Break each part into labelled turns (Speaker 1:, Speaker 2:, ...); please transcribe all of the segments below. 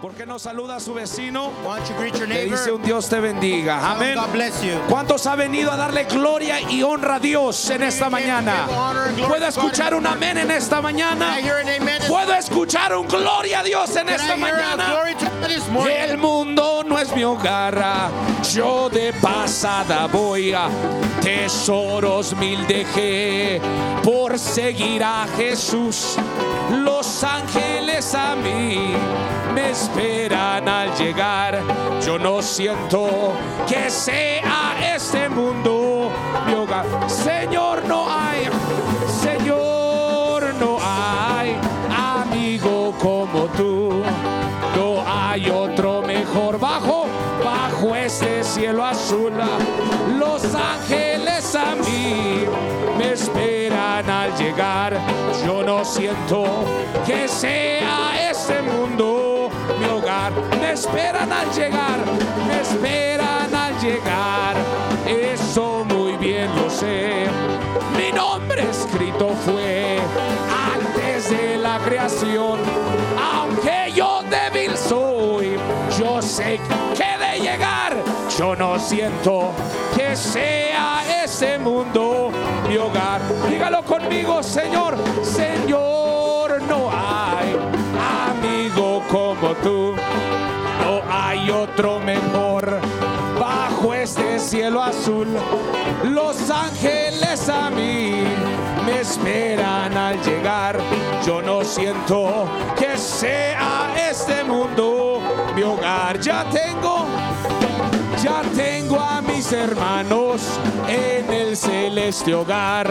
Speaker 1: ¿Por qué no saluda a su vecino?
Speaker 2: Why don't you greet your
Speaker 1: Le dice
Speaker 2: neighbor?
Speaker 1: un Dios te bendiga.
Speaker 2: Tell him
Speaker 1: Amén.
Speaker 2: God bless you.
Speaker 1: ¿Cuántos ha venido a darle gloria y honra a Dios en esta mañana? ¿Puedo escuchar un amén en esta mañana?
Speaker 2: I hear an amen. this-
Speaker 1: ¿Puedo escuchar un gloria a Dios en
Speaker 2: Can
Speaker 1: esta
Speaker 2: I hear a
Speaker 1: mañana?
Speaker 2: glory to God this
Speaker 1: El
Speaker 2: morning?
Speaker 1: mundo no es mi hogar, yo de pasada voy a tesoros mil dejé por seguir a Jesús. Los ángeles a mí me esperan al llegar. Yo no siento que sea este mundo mi hogar. Señor, no hay, Señor, no hay amigo como tú. No hay otro mejor bajo, bajo este cielo azul. Los ángeles a mí me esperan al llegar. Yo no siento que sea este mundo mi hogar. Me esperan al llegar, me esperan al llegar. Eso muy bien lo sé. Mi nombre escrito fue antes de la creación. Aunque yo débil soy, yo sé que de llegar, yo no siento que sea ese mundo mi hogar. Dígalo conmigo, Señor, Señor, no hay amigo como tú. No hay otro mejor bajo este cielo azul. Los ángeles a mí me esperan al llegar. Yo no siento que sea este mundo mi hogar. Ya tengo ya tengo a mis hermanos en el celeste hogar.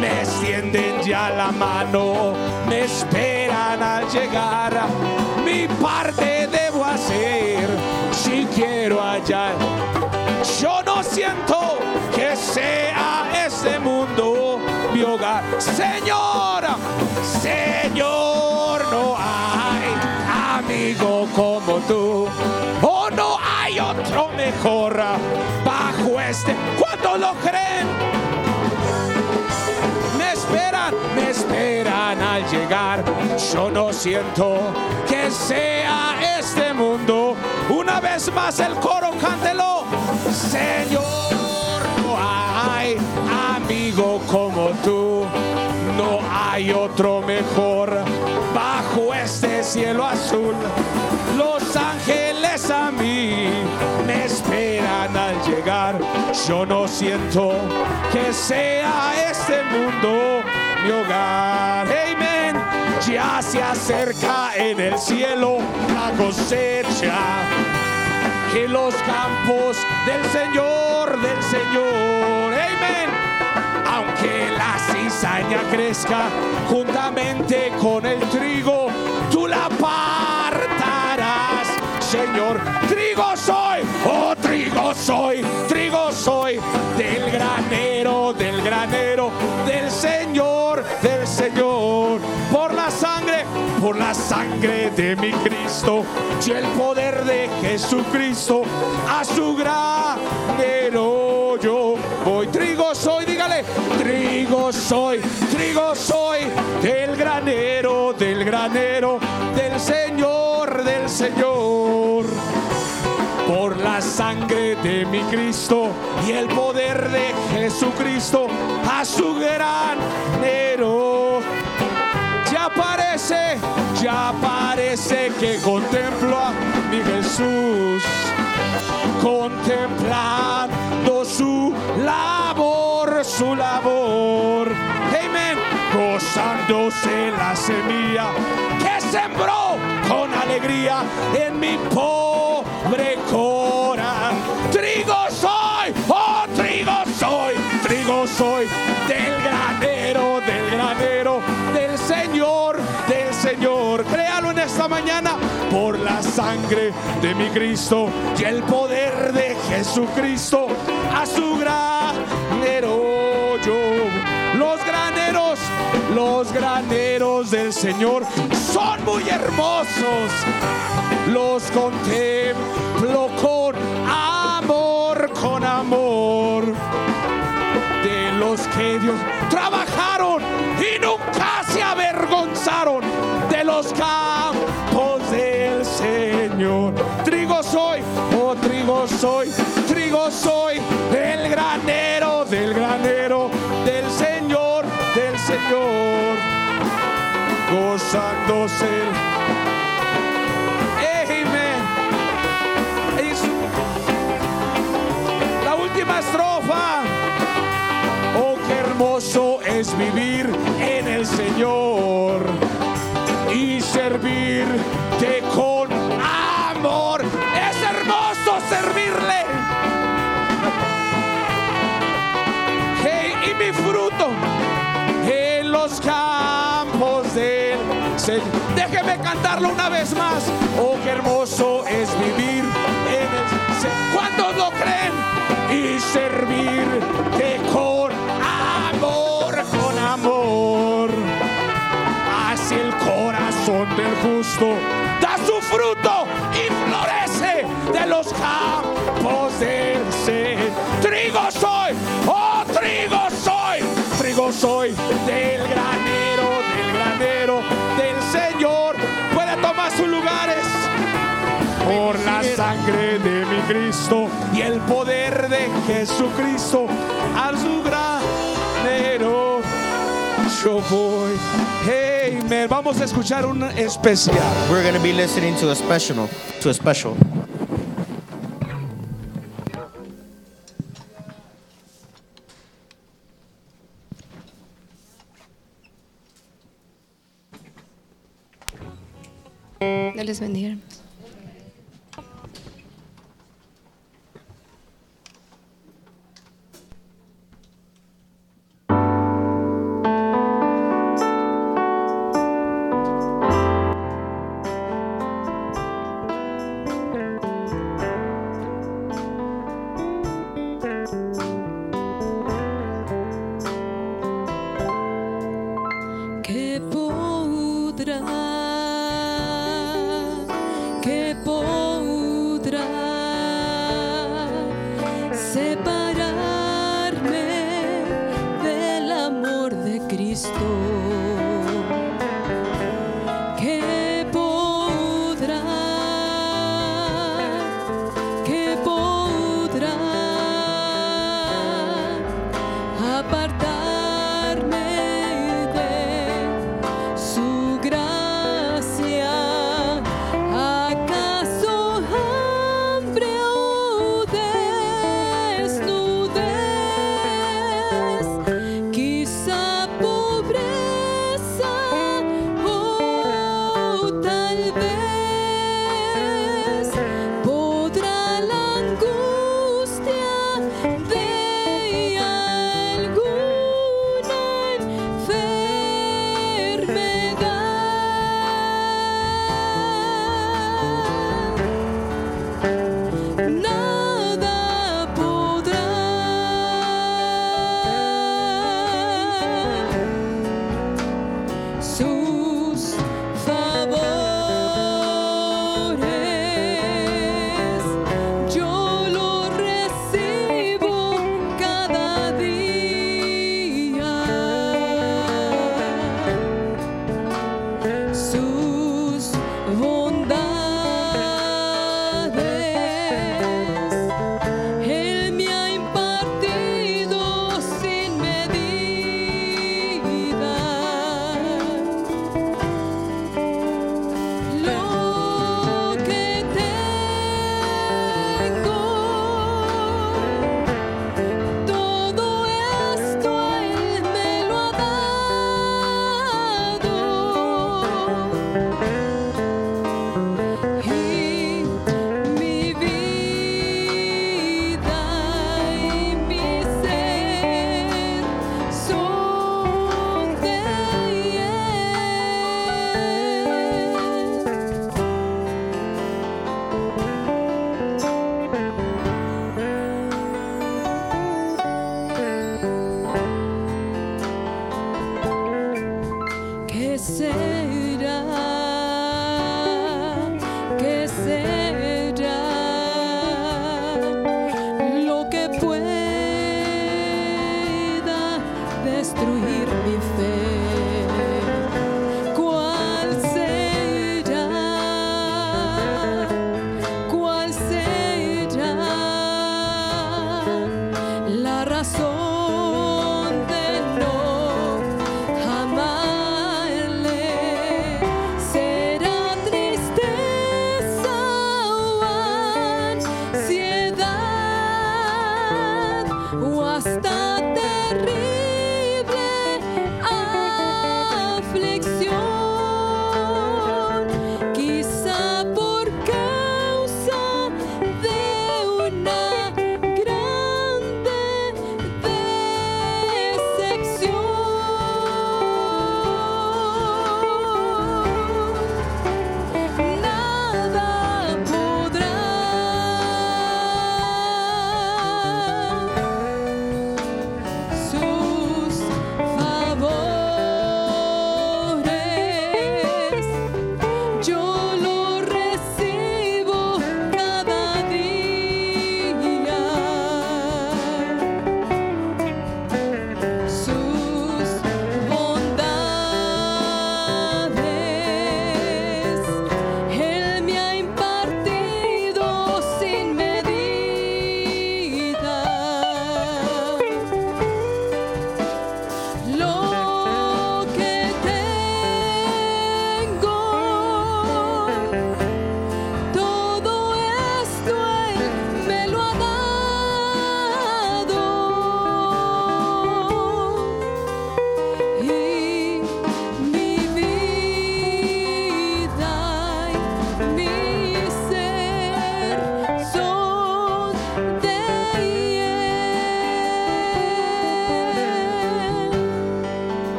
Speaker 1: Me extienden ya la mano, me esperan al llegar. Mi parte debo hacer si quiero hallar. Yo no siento que sea este mundo mi hogar. Señor, Señor, no hay amigo como tú. Oh, no hay otro mejor bajo este. ¿Cuántos lo creen? Me esperan, me esperan al llegar. Yo no siento que sea este mundo. Una vez más el coro, cántelo. Señor, no hay amigo como tú. No hay otro mejor bajo este cielo azul. Los ángeles a mí me esperan al llegar. Yo no siento que sea este mundo mi hogar. Amén. Ya se acerca en el cielo la cosecha que los campos del Señor, del Señor. Amén. Aunque la cizaña crezca juntamente con el trigo, tú la apartarás, Señor. Trigo soy, oh trigo soy, trigo soy del granero, del granero, del Señor, del Señor. Por la sangre, por la sangre de mi Cristo y el poder de Jesucristo a su granero yo voy. Trigo soy, dígale, trigo soy, trigo soy del granero, del granero, del Señor, del Señor. Por la sangre de mi Cristo y el poder de Jesucristo a su granero. Ya parece, ya parece que contemplo a mi Jesús, contemplando su labor, su labor. Amén. Gozándose la semilla que sembró con alegría en mi pobre corazón. Trigo soy, oh trigo soy, trigo soy del granero, del granero, del Señor, del Señor. Créalo en esta mañana por la sangre de mi Cristo y el poder de Jesucristo a su granero yo. Los graneros, los graneros del Señor son muy hermosos. Los contemplo con amor, con amor de los que Dios trabajaron y nunca se avergonzaron de los campos del ser. Señor. Trigo soy, oh trigo soy, trigo soy del granero, del granero, del Señor, del Señor. Gozándose. Amen. Es- La última estrofa. Oh, qué hermoso es vivir en el Señor y servirte con amor. Es hermoso servirle. Hey, y mi fruto en los campos del Señor. Déjeme cantarlo una vez más. Oh, qué hermoso es vivir en el Señor. ¿Cuántos lo creen? Y servirte con amor, con amor. Así el corazón del justo da su fruto y florece de los campos del Señor. Trigo soy, oh trigo soy, trigo soy del granero, del granero, del Señor. Puede tomar sus lugares por la sangre de mi Cristo y el poder de Jesucristo a su granero. Yo voy. Hey, man, vamos a escuchar un especial.
Speaker 2: We're going to be listening to a special. To a special.
Speaker 3: Dios les bendiga. hermanos.
Speaker 4: que podrá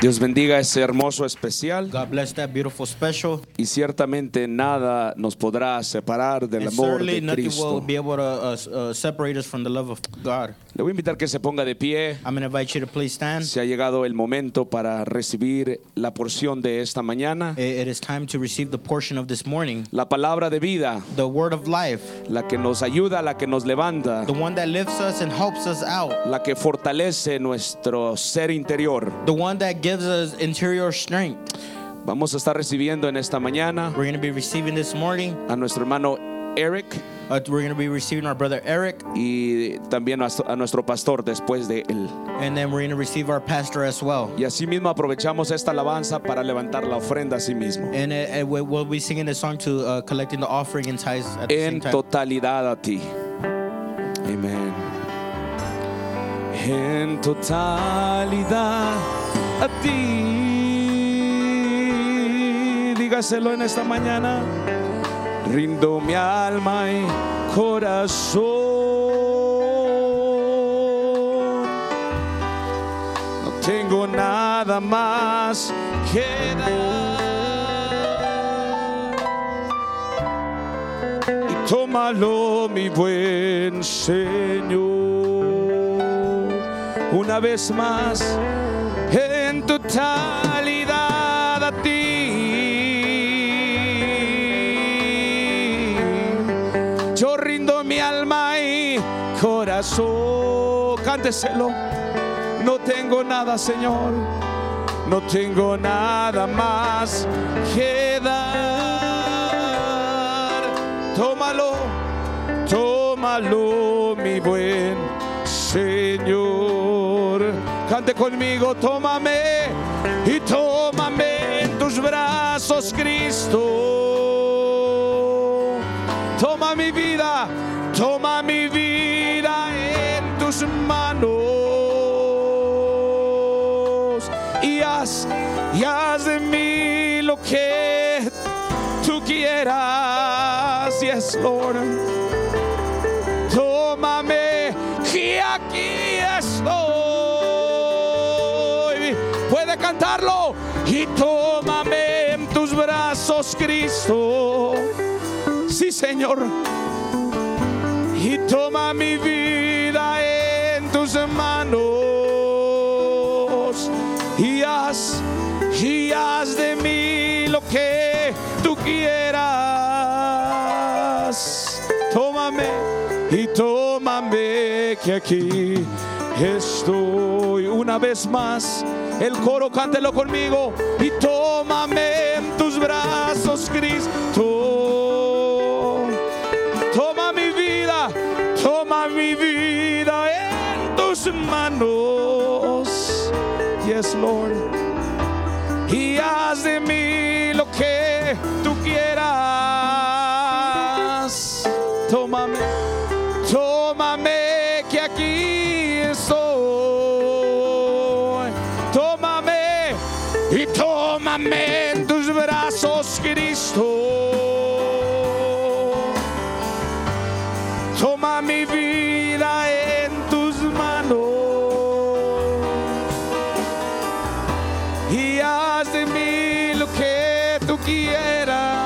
Speaker 1: Dios bendiga ese hermoso especial
Speaker 2: God bless that beautiful special.
Speaker 1: y ciertamente nada nos podrá separar del
Speaker 2: And
Speaker 1: amor
Speaker 2: certainly
Speaker 1: de
Speaker 2: nothing will
Speaker 1: Cristo.
Speaker 2: be able to uh, s- uh, separate us from the love of God.
Speaker 1: Le voy a invitar que se ponga de pie.
Speaker 2: I'm going to invite you to please stand.
Speaker 1: Se ha llegado el momento para recibir la porción de esta mañana,
Speaker 2: I- It is time to receive the portion of this morning,
Speaker 1: la palabra de vida,
Speaker 2: the word of life,
Speaker 1: la que nos ayuda, la que nos levanta,
Speaker 2: the one that lifts us and helps us out,
Speaker 1: la que fortalece nuestro ser interior.
Speaker 2: the one that gives us interior strength.
Speaker 1: Vamos a estar recibiendo en esta mañana
Speaker 2: We're going to be receiving this morning.
Speaker 1: a nuestro hermano Eric
Speaker 2: Uh, we're going to be receiving our brother Eric,
Speaker 1: y también a a nuestro pastor después de él.
Speaker 2: and then we're going to receive our pastor as well.
Speaker 1: Y asimismo aprovechamos esta alabanza para levantar la ofrenda a sí mismo.
Speaker 2: And uh, uh, we- we'll be singing a song to uh, collecting the offering and tithes at the
Speaker 1: En
Speaker 2: same time.
Speaker 1: totalidad a ti. Amén. En totalidad a ti. Dígaselo en esta mañana. Rindo mi alma y corazón. No tengo nada más que dar. Y tómalo, mi buen Señor. Una vez más, en totalidad a ti. Yo rindo mi alma y corazón. Cánteselo. No tengo nada, Señor no tengo nada más que dar. Tómalo, tómalo, mi buen Señor. Cante conmigo, tómame y tómame en tus brazos, Cristo. Toma mi vida, toma mi vida en tus manos y haz, y haz de mí lo que tú quieras. Yes, Lord. Tómame, que aquí estoy. Puede cantarlo y tómame en tus brazos, Cristo. Sí, Señor y toma mi vida en tus manos y haz, y haz de mí lo que tú quieras. Tómame y tómame que aquí estoy una vez más. El coro cántelo conmigo y tómame en tus brazos, Cristo. Toma mi vida, toma mi vida en tus manos. Yes, Lord. Y haz de mí lo que tú quieras. Tómame, tómame que aquí estoy. Tómame y tómame en tus brazos, Cristo. Toma mi vida en tus manos y haz de mí lo que tú quieras.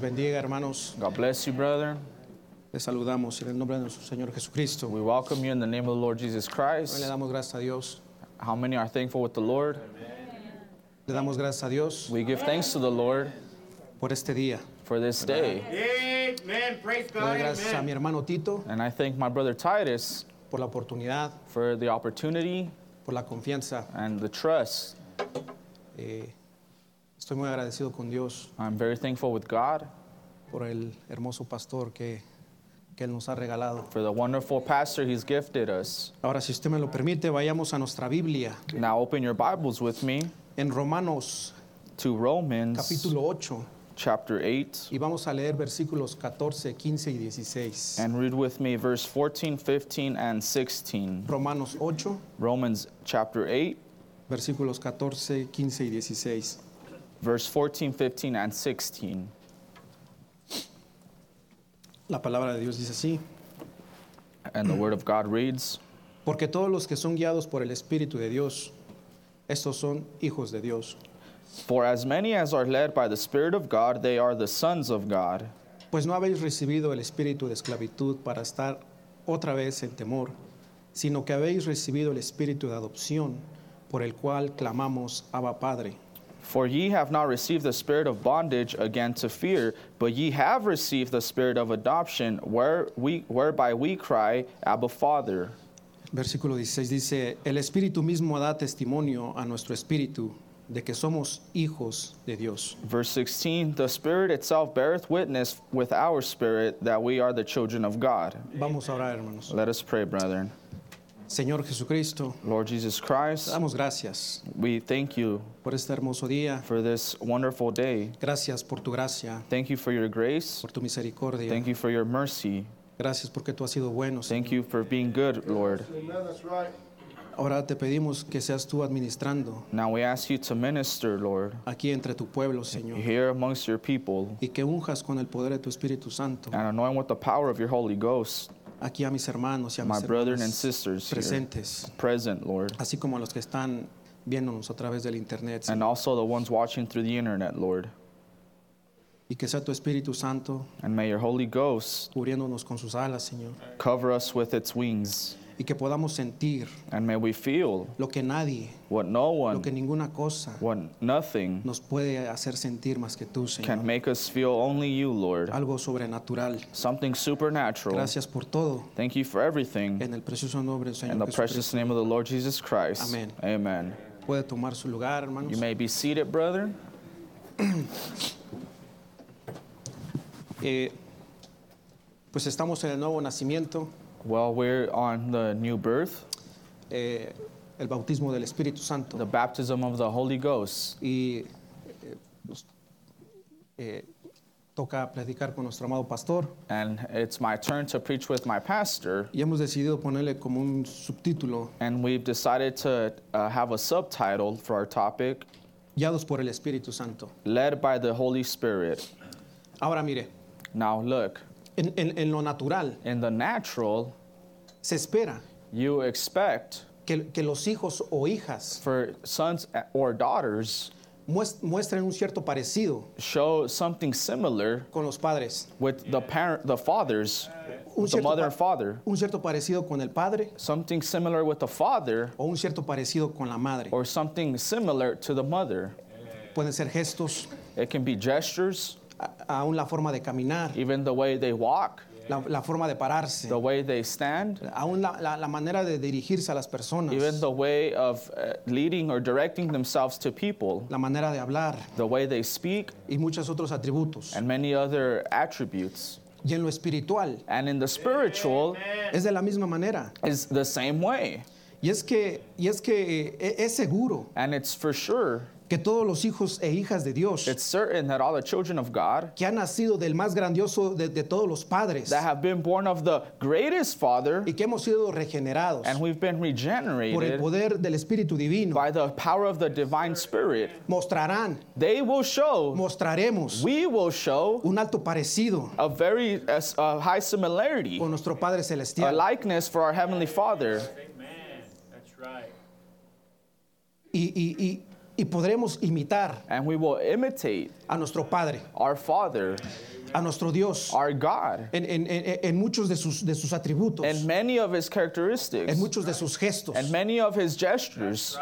Speaker 5: bendiga, hermanos.
Speaker 6: God bless you, brother.
Speaker 5: Les saludamos en el nombre de nuestro Señor Jesucristo.
Speaker 6: We welcome you in the name of the Lord Jesus
Speaker 5: Hoy le
Speaker 6: Christ.
Speaker 5: damos gracias a Dios.
Speaker 6: How many are thankful with the Lord?
Speaker 5: Le damos gracias a Dios
Speaker 6: We give thanks to the Lord
Speaker 5: por este día.
Speaker 6: for this day.
Speaker 7: Amen. Praise
Speaker 5: Le doy
Speaker 7: God.
Speaker 5: gracias a
Speaker 7: Amen.
Speaker 5: mi hermano Tito
Speaker 6: And I thank my brother Titus
Speaker 5: por la oportunidad,
Speaker 6: for the opportunity
Speaker 5: por la confianza.
Speaker 6: and the trust.
Speaker 5: Eh, estoy muy agradecido con Dios
Speaker 6: I'm very thankful with God
Speaker 5: por el hermoso pastor que, que Él nos ha regalado.
Speaker 6: for the wonderful pastor he's gifted us.
Speaker 5: Ahora, si usted me lo permite, vayamos a nuestra Biblia
Speaker 6: Now open your Bibles with me
Speaker 5: en Romanos
Speaker 6: to Romans
Speaker 5: capítulo 8
Speaker 6: chapter 8
Speaker 5: y vamos a leer versículos 14, 15 y 16.
Speaker 6: and read with me verse 14, 15, and 16.
Speaker 5: Romanos 8,
Speaker 6: Romans chapter 8,
Speaker 5: versículos 14, 15 y 16.
Speaker 6: verse 14, 15, and 16.
Speaker 5: La palabra de Dios dice así,
Speaker 6: And the word of God reads
Speaker 5: porque todos los que son guiados por el Espíritu de Dios, estos son hijos de Dios.
Speaker 6: For as many as are led by the Spirit of God, they are the sons of God.
Speaker 5: Pues no habéis recibido el espíritu de esclavitud para estar otra vez en temor, sino que habéis recibido el espíritu de adopción, por el cual clamamos Abba Padre.
Speaker 6: For ye have not received the spirit of bondage again to fear, but ye have received the spirit of adoption, where we, whereby we cry, Abba, Father.
Speaker 5: Versículo 16 dice, el espíritu mismo da testimonio a nuestro espíritu de que somos hijos de Dios.
Speaker 6: Verse 16 The Spirit itself beareth witness with our spirit that we are the children of God.
Speaker 5: Vamos a orar, hermanos.
Speaker 6: Let us pray, brethren.
Speaker 5: Señor Jesucristo,
Speaker 6: Lord Jesus
Speaker 5: te
Speaker 6: Christ,
Speaker 5: damos gracias
Speaker 6: we thank you
Speaker 5: por este hermoso día.
Speaker 6: for this wonderful day.
Speaker 5: Gracias por tu gracia,
Speaker 6: Thank you for your grace.
Speaker 5: por tu misericordia.
Speaker 6: Thank you for your mercy.
Speaker 5: Gracias porque tú has sido bueno. Señor.
Speaker 6: Thank you for being good, Lord.
Speaker 5: Ahora te pedimos que seas tú administrando
Speaker 6: Now we ask you to minister, Lord,
Speaker 5: aquí entre tu pueblo, Señor,
Speaker 6: here amongst your people
Speaker 5: y que unjas con el poder de tu Espíritu Santo
Speaker 6: and anoint with the power of your Holy Ghost
Speaker 5: aquí a mis hermanos y a
Speaker 6: my
Speaker 5: mis
Speaker 6: brethren and
Speaker 5: hermanas
Speaker 6: sisters here
Speaker 5: presentes,
Speaker 6: present, Lord,
Speaker 5: así como a los que están viéndonos a través del internet,
Speaker 6: and
Speaker 5: Señor.
Speaker 6: also the ones watching through the internet, Lord.
Speaker 5: y que sea tu Espíritu Santo
Speaker 6: And may your Holy Ghost
Speaker 5: cubriéndonos con sus alas, Señor,
Speaker 6: cover us with its wings,
Speaker 5: y que podamos sentir
Speaker 6: and may we feel
Speaker 5: lo que nadie,
Speaker 6: what no
Speaker 5: lo que
Speaker 6: one,
Speaker 5: ninguna cosa
Speaker 6: what nothing
Speaker 5: nos puede hacer sentir más que tú, Señor,
Speaker 6: can make us feel, only you, Lord.
Speaker 5: algo sobrenatural.
Speaker 6: Something supernatural.
Speaker 5: Gracias por todo,
Speaker 6: Thank you for everything.
Speaker 5: en el precioso nombre del
Speaker 6: In
Speaker 5: Señor
Speaker 6: the
Speaker 5: Jesucristo.
Speaker 6: precious name of the Lord Jesus Christ.
Speaker 5: Amén.
Speaker 6: Amen.
Speaker 5: Puede tomar su lugar, hermanos.
Speaker 6: You may be seated, brethren.
Speaker 5: Eh, pues estamos en el nuevo nacimiento,
Speaker 6: Well, we're on the new birth,
Speaker 5: eh, el bautismo del Espíritu
Speaker 6: the
Speaker 5: Santo.
Speaker 6: baptism of the Holy Ghost.
Speaker 5: Y eh, pues, eh, toca platicar con nuestro amado pastor.
Speaker 6: And it's my turn to preach with my pastor.
Speaker 5: Y hemos decidido ponerle como un subtítulo,
Speaker 6: And we've decided to uh, have a subtitle for our topic
Speaker 5: guiados por el Espíritu Santo.
Speaker 6: Led by the Holy Spirit.
Speaker 5: Ahora mire,
Speaker 6: Now, look,
Speaker 5: en, en- en lo natural
Speaker 6: in the natural,
Speaker 5: se espera
Speaker 6: you expect
Speaker 5: que, que los hijos o hijas
Speaker 6: for sons or daughters
Speaker 5: mues- muestren un cierto parecido
Speaker 6: show something similar
Speaker 5: con los padres,
Speaker 6: with the parent, the fathers,
Speaker 5: un
Speaker 6: the
Speaker 5: cierto,
Speaker 6: mother
Speaker 5: pa-
Speaker 6: and father,
Speaker 5: un cierto parecido con el padre
Speaker 6: something similar with the father,
Speaker 5: o un cierto parecido con la madre.
Speaker 6: or something similar to the mother.
Speaker 5: Pueden ser gestos,
Speaker 6: It can be gestures,
Speaker 5: a- aún la forma de caminar,
Speaker 6: even the way they walk,
Speaker 5: la, la forma de pararse,
Speaker 6: the way they stand,
Speaker 5: aún la, la- la manera de dirigirse a las personas,
Speaker 6: even the way of uh, leading or directing themselves to people,
Speaker 5: la manera de hablar
Speaker 6: the way they speak,
Speaker 5: y muchos otros atributos.
Speaker 6: and many other attributes.
Speaker 5: Y en lo espiritual
Speaker 6: And in the spiritual
Speaker 5: es de la misma manera.
Speaker 6: is the same way.
Speaker 5: Y es que, y es, que eh, e- es seguro
Speaker 6: And it's for sure,
Speaker 5: que todos los hijos e hijas de Dios
Speaker 6: it's certain that all the children of God
Speaker 5: que han nacido del más grandioso de, de todos los padres
Speaker 6: that have been born of the greatest father
Speaker 5: y que hemos sido regenerados
Speaker 6: and we've been
Speaker 5: por el
Speaker 6: regenerated
Speaker 5: poder del Espíritu Divino,
Speaker 6: by the power of the divine spirit
Speaker 5: mostrarán,
Speaker 6: they will show
Speaker 5: mostraremos
Speaker 6: we will show
Speaker 5: un alto parecido
Speaker 6: a very uh, s- uh, high similarity
Speaker 5: con nuestro Padre
Speaker 6: a
Speaker 5: Celestial.
Speaker 6: likeness for our heavenly father
Speaker 7: Amen. That's right.
Speaker 5: Y, y- y- y podremos imitar
Speaker 6: and we will imitate
Speaker 5: a nuestro Padre,
Speaker 6: our Father,
Speaker 5: a nuestro Dios,
Speaker 6: our God,
Speaker 5: en, en- en- en muchos de sus, de sus atributos,
Speaker 6: and many of his characteristics,
Speaker 5: en muchos de sus gestos,
Speaker 6: and many of his gestures,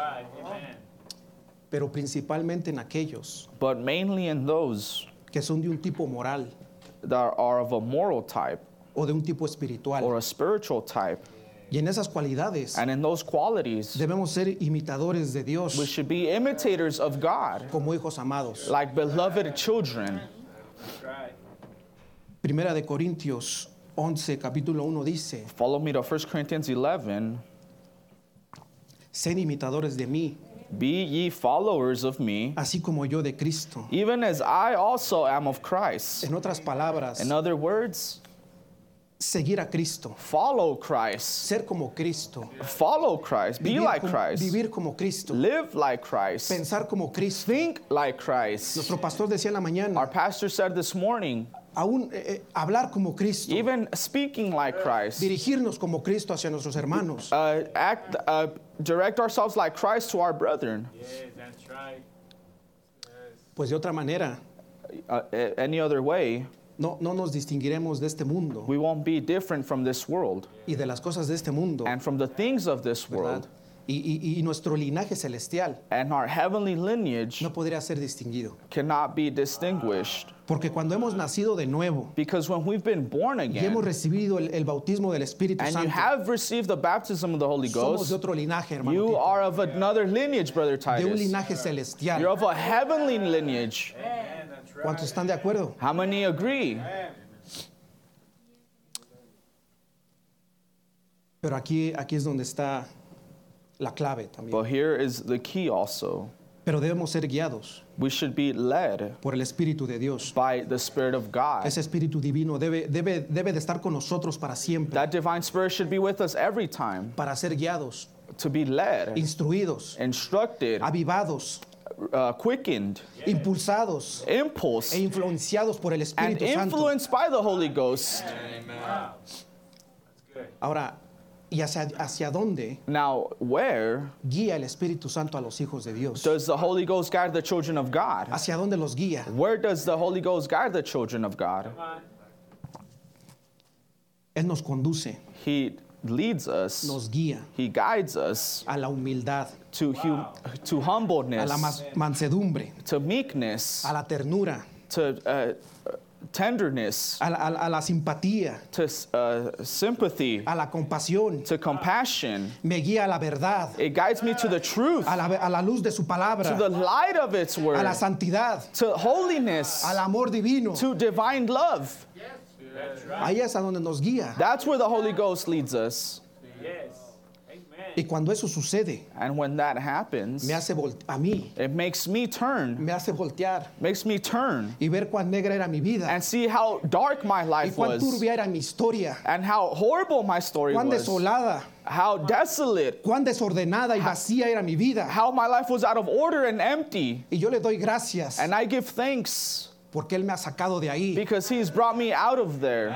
Speaker 5: pero principalmente en aquellos
Speaker 6: but mainly in those
Speaker 5: que son de un tipo moral
Speaker 6: that are of a moral type
Speaker 5: o de un tipo espiritual.
Speaker 6: or a spiritual type.
Speaker 5: Y en esas cualidades
Speaker 6: And in those qualities,
Speaker 5: debemos ser imitadores de
Speaker 6: we
Speaker 5: Dios
Speaker 6: should be imitators of God,
Speaker 5: como hijos amados.
Speaker 6: like beloved children.
Speaker 5: Primera de Corintios 11, capítulo 1 dice,
Speaker 6: Follow me to 1 Corinthians 11.
Speaker 5: sed imitadores de mí,
Speaker 6: Be ye followers of me,
Speaker 5: así como yo de Cristo.
Speaker 6: even as I also am of Christ.
Speaker 5: En otras palabras,
Speaker 6: In other words,
Speaker 5: seguir a Cristo,
Speaker 6: follow Christ.
Speaker 5: ser como Cristo,
Speaker 6: Follow Christ. Be
Speaker 5: vivir
Speaker 6: like
Speaker 5: como,
Speaker 6: Christ.
Speaker 5: vivir como Cristo,
Speaker 6: Live like Christ.
Speaker 5: pensar como Cristo.
Speaker 6: Think like Christ.
Speaker 5: Nuestro pastor decía en la
Speaker 6: Our
Speaker 5: mañana,
Speaker 6: pastor said this morning,
Speaker 5: aún eh, eh, hablar como Cristo,
Speaker 6: even speaking like Christ,
Speaker 5: dirigirnos como Cristo hacia nuestros hermanos.
Speaker 6: uh, act, uh, direct ourselves like Christ to our brethren.
Speaker 8: that's right.
Speaker 5: Pues de otra manera,
Speaker 6: Uh, a- any other way,
Speaker 5: no, no nos distinguiremos de este mundo
Speaker 6: we won't be different from this world
Speaker 5: y de las cosas de este mundo.
Speaker 6: and from the things of this world.
Speaker 5: ¿verdad? Y, y- y nuestro linaje celestial
Speaker 6: And our heavenly lineage
Speaker 5: no podría ser distinguido.
Speaker 6: cannot be distinguished.
Speaker 5: Porque cuando hemos nacido de nuevo
Speaker 6: Because when we've been born
Speaker 5: y
Speaker 6: again
Speaker 5: hemos recibido el, el bautismo del Espíritu
Speaker 6: and you
Speaker 5: Santo,
Speaker 6: have received the baptism of the Holy
Speaker 5: somos de
Speaker 6: Ghost,
Speaker 5: otro linaje, hermano.
Speaker 6: you
Speaker 5: Tito,
Speaker 6: are of another lineage, Brother
Speaker 5: de un
Speaker 6: Titus.
Speaker 5: linaje
Speaker 6: You're
Speaker 5: celestial.
Speaker 6: of a heavenly lineage.
Speaker 5: ¿Cuántos están de acuerdo?
Speaker 6: How many agree?
Speaker 5: Pero aquí, aquí es donde está la clave también.
Speaker 6: But here is the key also.
Speaker 5: Pero debemos ser guiados
Speaker 6: We should be led
Speaker 5: por el Espíritu de Dios.
Speaker 6: by the Spirit of God.
Speaker 5: Ese Espíritu divino debe, debe, debe de estar con nosotros para siempre,
Speaker 6: That divine spirit should be with us every time
Speaker 5: para ser guiados,
Speaker 6: to be led,
Speaker 5: instruidos,
Speaker 6: instructed,
Speaker 5: avivados,
Speaker 6: uh, quickened,
Speaker 5: impulsados e
Speaker 6: impulsed,
Speaker 5: influenciados por el
Speaker 6: and
Speaker 5: Espíritu Santo.
Speaker 6: influenced by the Holy Ghost.
Speaker 5: Ahora, ¿y hacia, hacia dónde
Speaker 6: Now, where
Speaker 5: guía el Espíritu Santo a los hijos de Dios?
Speaker 6: does the Holy Ghost guide the children of God?
Speaker 5: ¿Hacia dónde los guía?
Speaker 6: Where does the Holy Ghost guide the children of God?
Speaker 5: Él nos conduce,
Speaker 6: He leads us,
Speaker 5: nos guía
Speaker 6: He guides us
Speaker 5: a la humildad,
Speaker 6: to, hum- to
Speaker 5: a la
Speaker 6: humbleness,
Speaker 5: mas- mansedumbre,
Speaker 6: to meekness,
Speaker 5: a la ternura,
Speaker 6: to uh, tenderness,
Speaker 5: a la, a la- a la simpatía,
Speaker 6: to uh, sympathy,
Speaker 5: a la compasión.
Speaker 6: to compassion.
Speaker 5: Me guía a la verdad,
Speaker 6: It guides me to the truth,
Speaker 5: a la, a la luz de su
Speaker 6: to the
Speaker 5: palabra,
Speaker 6: light of its
Speaker 5: a
Speaker 6: word,
Speaker 5: la santidad,
Speaker 6: to holiness,
Speaker 5: al amor divino.
Speaker 6: to divine love.
Speaker 5: Ahí es a donde nos guía.
Speaker 6: That's where the Holy Ghost leads us.
Speaker 8: Yes. Amen.
Speaker 5: Y cuando eso sucede,
Speaker 6: And when that happens,
Speaker 5: me hace vol- a mí,
Speaker 6: it makes me turn,
Speaker 5: me hace voltear
Speaker 6: makes me turn
Speaker 5: y ver cuán negra era mi vida.
Speaker 6: and see how dark my
Speaker 5: y
Speaker 6: life
Speaker 5: cuán
Speaker 6: was
Speaker 5: turbia era mi historia,
Speaker 6: and how horrible my story
Speaker 5: cuán
Speaker 6: was,
Speaker 5: desolada,
Speaker 6: how desolate,
Speaker 5: cuán desordenada y vacía era mi vida.
Speaker 6: how my life was out of order and empty.
Speaker 5: Y yo le doy gracias
Speaker 6: And I give thanks
Speaker 5: porque Él me ha sacado de ahí.
Speaker 6: because He's brought me out of there.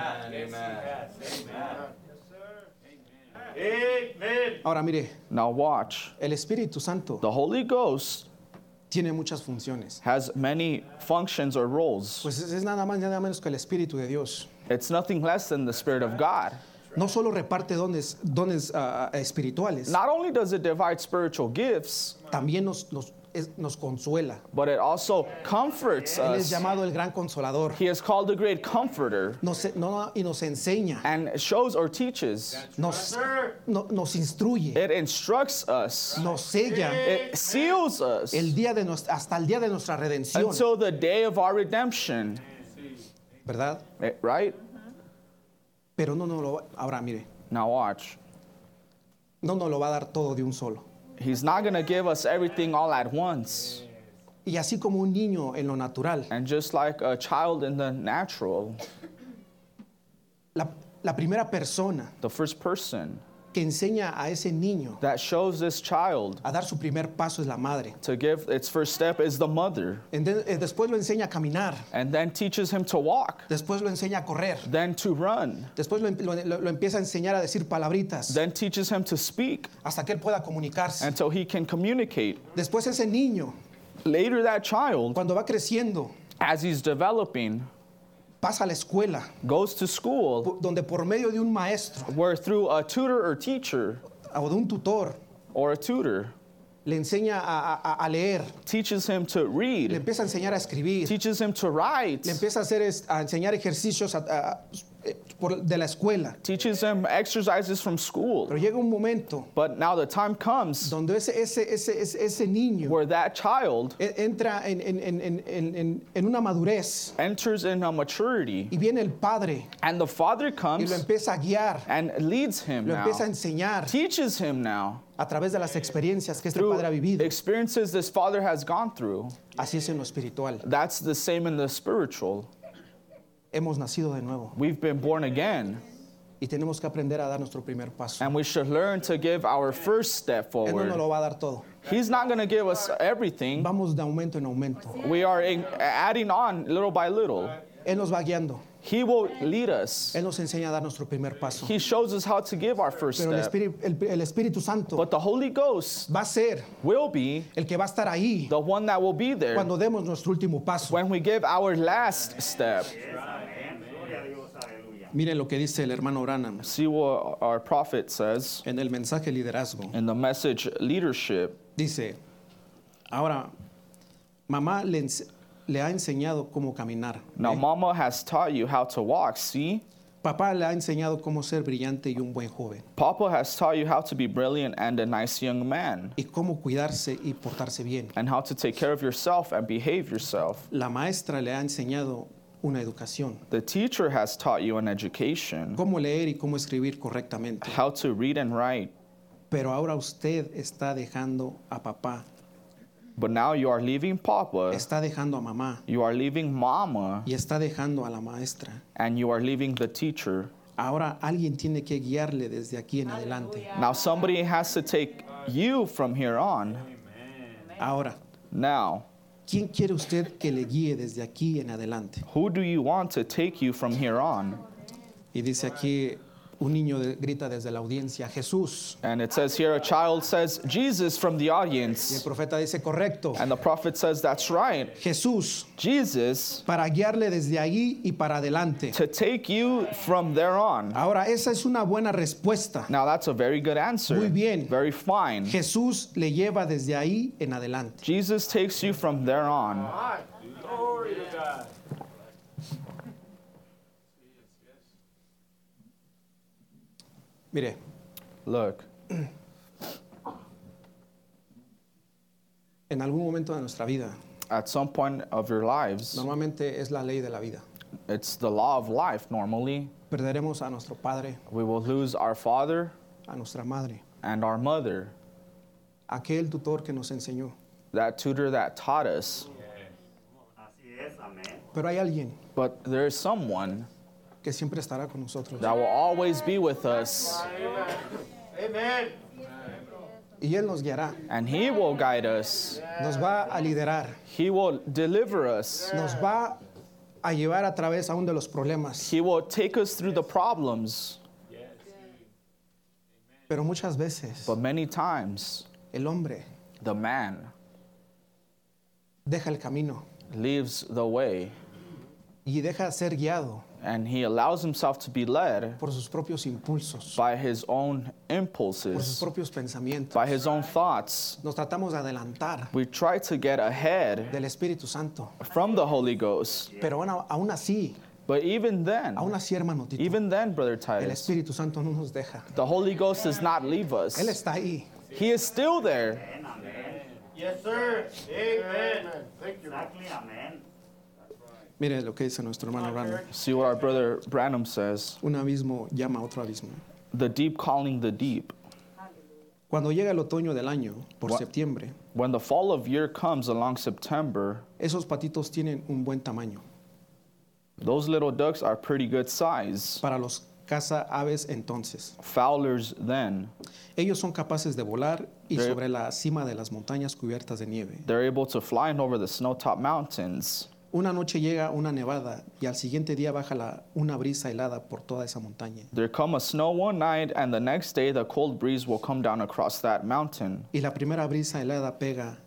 Speaker 8: Amen.
Speaker 5: Ahora mire,
Speaker 6: Now, watch.
Speaker 5: el Espíritu Santo
Speaker 6: The Holy Ghost
Speaker 5: tiene muchas funciones.
Speaker 6: has many functions or roles.
Speaker 5: Pues es es nada más, nada menos que el Espíritu de Dios.
Speaker 6: It's nothing less than the Spirit of God.
Speaker 5: No solo reparte dones, dones ah, ah, espirituales,
Speaker 6: Not only does it divide spiritual gifts,
Speaker 5: también nos, nos, es- nos consuela.
Speaker 6: but it also comforts
Speaker 5: Él
Speaker 6: us.
Speaker 5: es llamado el gran consolador
Speaker 6: He is called the great comforter
Speaker 5: nos, no, y nos enseña,
Speaker 6: and shows or teaches.
Speaker 5: nos, no- nos instruye,
Speaker 6: It instructs us.
Speaker 5: nos sella
Speaker 6: It seals us
Speaker 5: el día de nuestra, hasta el día de nuestra redención.
Speaker 6: until the day of our redemption.
Speaker 5: ¿verdad?
Speaker 6: Eh, Right?
Speaker 5: Pero no nos lo va, ahora mire,
Speaker 6: Now watch.
Speaker 5: no nos lo va a dar todo de un solo.
Speaker 6: He's not going to give us everything all at once.
Speaker 5: Y así como un niño en lo natural,
Speaker 6: And just like a child in the natural,
Speaker 5: la, la primera persona
Speaker 6: the first person
Speaker 5: que enseña a ese niño
Speaker 6: that shows this child
Speaker 5: a dar su primer paso es la madre.
Speaker 6: to give its first step is the mother,
Speaker 5: Ende- eh, Después lo enseña a caminar,
Speaker 6: and then teaches him to walk,
Speaker 5: después lo enseña a correr,
Speaker 6: then to run,
Speaker 5: después lo, em- lo- lo- lo empieza a enseñar a decir palabritas
Speaker 6: then teaches him to speak Ah.
Speaker 5: hasta que él pueda comunicarse.
Speaker 6: until he can communicate.
Speaker 5: Después ese niño
Speaker 6: Later, that child,
Speaker 5: cuando va creciendo,
Speaker 6: as he's developing,
Speaker 5: pasa a la escuela,
Speaker 6: goes to school
Speaker 5: po- donde por medio de un maestro
Speaker 6: where through a tutor or teacher
Speaker 5: o de un tutor
Speaker 6: or a tutor
Speaker 5: le enseña a, a- a- a leer,
Speaker 6: teaches him to
Speaker 5: le
Speaker 6: read,
Speaker 5: empieza a enseñar a escribir,
Speaker 6: teaches him to write,
Speaker 5: le empieza a, hacer es- a enseñar ejercicios a- a- a- eh, por- de la escuela.
Speaker 6: teaches him exercises from school.
Speaker 5: Pero llega un momento
Speaker 6: But now the time comes
Speaker 5: donde ese, ese, ese, ese, ese niño
Speaker 6: where that child
Speaker 5: e- entra en, en- en- en- en- en- en una madurez
Speaker 6: enters in a maturity,
Speaker 5: y viene el padre
Speaker 6: and the father
Speaker 5: y
Speaker 6: comes
Speaker 5: lo empieza a guiar,
Speaker 6: and leads him
Speaker 5: lo
Speaker 6: now,
Speaker 5: empieza a enseñar
Speaker 6: teaches him now
Speaker 5: a través de las experiencias que este
Speaker 6: through
Speaker 5: padre ha vivido.
Speaker 6: experiences this father has gone through.
Speaker 5: Así es en lo espiritual.
Speaker 6: That's the same in the spiritual.
Speaker 5: Hemos nacido de nuevo
Speaker 6: We've been born again,
Speaker 5: y tenemos que aprender a dar nuestro primer paso.
Speaker 6: and we should learn to give our first step
Speaker 5: Él no nos
Speaker 6: forward.
Speaker 5: lo va a dar todo.
Speaker 6: He's not going to give us everything.
Speaker 5: Vamos de aumento en aumento.
Speaker 6: We are in- adding on little by little.
Speaker 5: Él nos va guiando.
Speaker 6: He will lead us.
Speaker 5: Él nos enseña a dar nuestro primer paso.
Speaker 6: He shows us how to give our first
Speaker 5: Pero el,
Speaker 6: step.
Speaker 5: Espíritu, el- el Espíritu Santo
Speaker 6: But the Holy Ghost
Speaker 5: va a ser
Speaker 6: will be
Speaker 5: el que va a estar ahí
Speaker 6: the one that will be there
Speaker 5: cuando demos nuestro último paso.
Speaker 6: when we give our last step.
Speaker 5: Miren lo que dice el hermano Branham
Speaker 6: See what our prophet says
Speaker 5: en el mensaje liderazgo.
Speaker 6: in the message leadership.
Speaker 5: Dice, ahora, mamá le, ens- le ha enseñado cómo caminar.
Speaker 6: Now,
Speaker 5: ¿eh?
Speaker 6: mama has taught you how to walk, see?
Speaker 5: Papá le ha enseñado cómo ser brillante y un buen joven.
Speaker 6: Papa has taught you how to be brilliant and a nice young man,
Speaker 5: Y cómo cuidarse y portarse bien.
Speaker 6: and how to take care of yourself and behave yourself.
Speaker 5: La maestra le ha enseñado una educación.
Speaker 6: The teacher has taught you an education,
Speaker 5: Cómo leer y cómo escribir correctamente.
Speaker 6: how to read and write,
Speaker 5: Pero ahora usted está dejando a papá,
Speaker 6: but now you are leaving Papa,
Speaker 5: está dejando a mamá
Speaker 6: you are leaving Mama,
Speaker 5: y está dejando a la maestra.
Speaker 6: and you are leaving the teacher.
Speaker 5: Ahora alguien tiene que guiarle desde aquí en adelante.
Speaker 6: Now, somebody has to take you from here on.
Speaker 5: Ahora,
Speaker 6: Now,
Speaker 5: ¿quién quiere usted que le guíe desde aquí en adelante?
Speaker 6: who do you want to take you from here on?
Speaker 5: Y dice aquí un niño de- grita desde la audiencia, Jesús.
Speaker 6: And it says here a child says, Jesus from the
Speaker 5: Y el
Speaker 6: audience.
Speaker 5: profeta dice, correcto,
Speaker 6: And the prophet says, That's right.
Speaker 5: Jesús,
Speaker 6: Jesus
Speaker 5: para guiarle desde ahí y para adelante.
Speaker 6: to take you from there on.
Speaker 5: Ahora, esa es una buena respuesta.
Speaker 6: Now that's a very good answer.
Speaker 5: Muy bien.
Speaker 6: Very fine.
Speaker 5: Jesús le lleva desde ahí en adelante.
Speaker 6: Jesus takes you from there on.
Speaker 5: Mire,
Speaker 6: Look,
Speaker 5: en algún momento de nuestra vida,
Speaker 6: at some point of your lives,
Speaker 5: normalmente es la ley de la vida.
Speaker 6: it's the law of life normally.
Speaker 5: Perderemos a nuestro padre,
Speaker 6: We will lose our father
Speaker 5: a nuestra madre,
Speaker 6: and our mother,
Speaker 5: aquel tutor que nos enseñó.
Speaker 6: that tutor that taught us.
Speaker 7: Así es, amén.
Speaker 5: Pero hay alguien
Speaker 6: But there is someone
Speaker 5: que siempre estará con nosotros.
Speaker 6: that will always be with us,
Speaker 5: Y Él nos guiará,
Speaker 6: and he will guide us.
Speaker 5: nos va a liderar,
Speaker 6: He will deliver us.
Speaker 5: nos va a llevar a través aún de los problemas.
Speaker 6: He will take us through the problems.
Speaker 5: Pero muchas veces
Speaker 6: But many times,
Speaker 5: el hombre
Speaker 6: the man
Speaker 5: deja el camino
Speaker 6: leaves the way
Speaker 5: y deja ser guiado
Speaker 6: and he allows himself to be led
Speaker 5: por sus propios impulsos,
Speaker 6: by his own
Speaker 5: por sus
Speaker 6: impulses,
Speaker 5: propios pensamientos.
Speaker 6: by his own thoughts.
Speaker 5: Nos tratamos de adelantar
Speaker 6: We try to get ahead
Speaker 5: del Espíritu Santo.
Speaker 6: from the Holy Ghost.
Speaker 5: Pero aún, aún así,
Speaker 6: But even then,
Speaker 5: aún así, hermano Tito,
Speaker 6: even then, Brother
Speaker 5: el
Speaker 6: Titus,
Speaker 5: Espíritu Santo no nos deja.
Speaker 6: the Holy Ghost does not leave
Speaker 5: Él
Speaker 6: us.
Speaker 5: está ahí.
Speaker 6: He is still there.
Speaker 7: Yes, sir. Amen. Exactly, amén.
Speaker 5: Mire lo que dice nuestro hermano Branham.
Speaker 6: See what our brother Branham says
Speaker 5: Un abismo llama a otro abismo.
Speaker 6: the deep calling the deep.
Speaker 5: Cuando llega el otoño del año, por
Speaker 6: Gua-
Speaker 5: septiembre,
Speaker 6: When the fall of year comes along September,
Speaker 5: esos patitos tienen un buen tamaño.
Speaker 6: those little ducks are pretty good size.
Speaker 5: Para los caza aves entonces.
Speaker 6: Fowlers then.
Speaker 5: Ellos son capaces de volar y
Speaker 6: Re-
Speaker 5: sobre la cima de las montañas cubiertas de nieve.
Speaker 6: They're able to fly in over the snow-topped mountains.
Speaker 5: Una noche llega una nevada y al siguiente día baja la- una brisa helada por toda esa montaña.
Speaker 6: There come a snow one night, and the next day the cold breeze will come down across that mountain,
Speaker 5: Y la primera brisa helada pega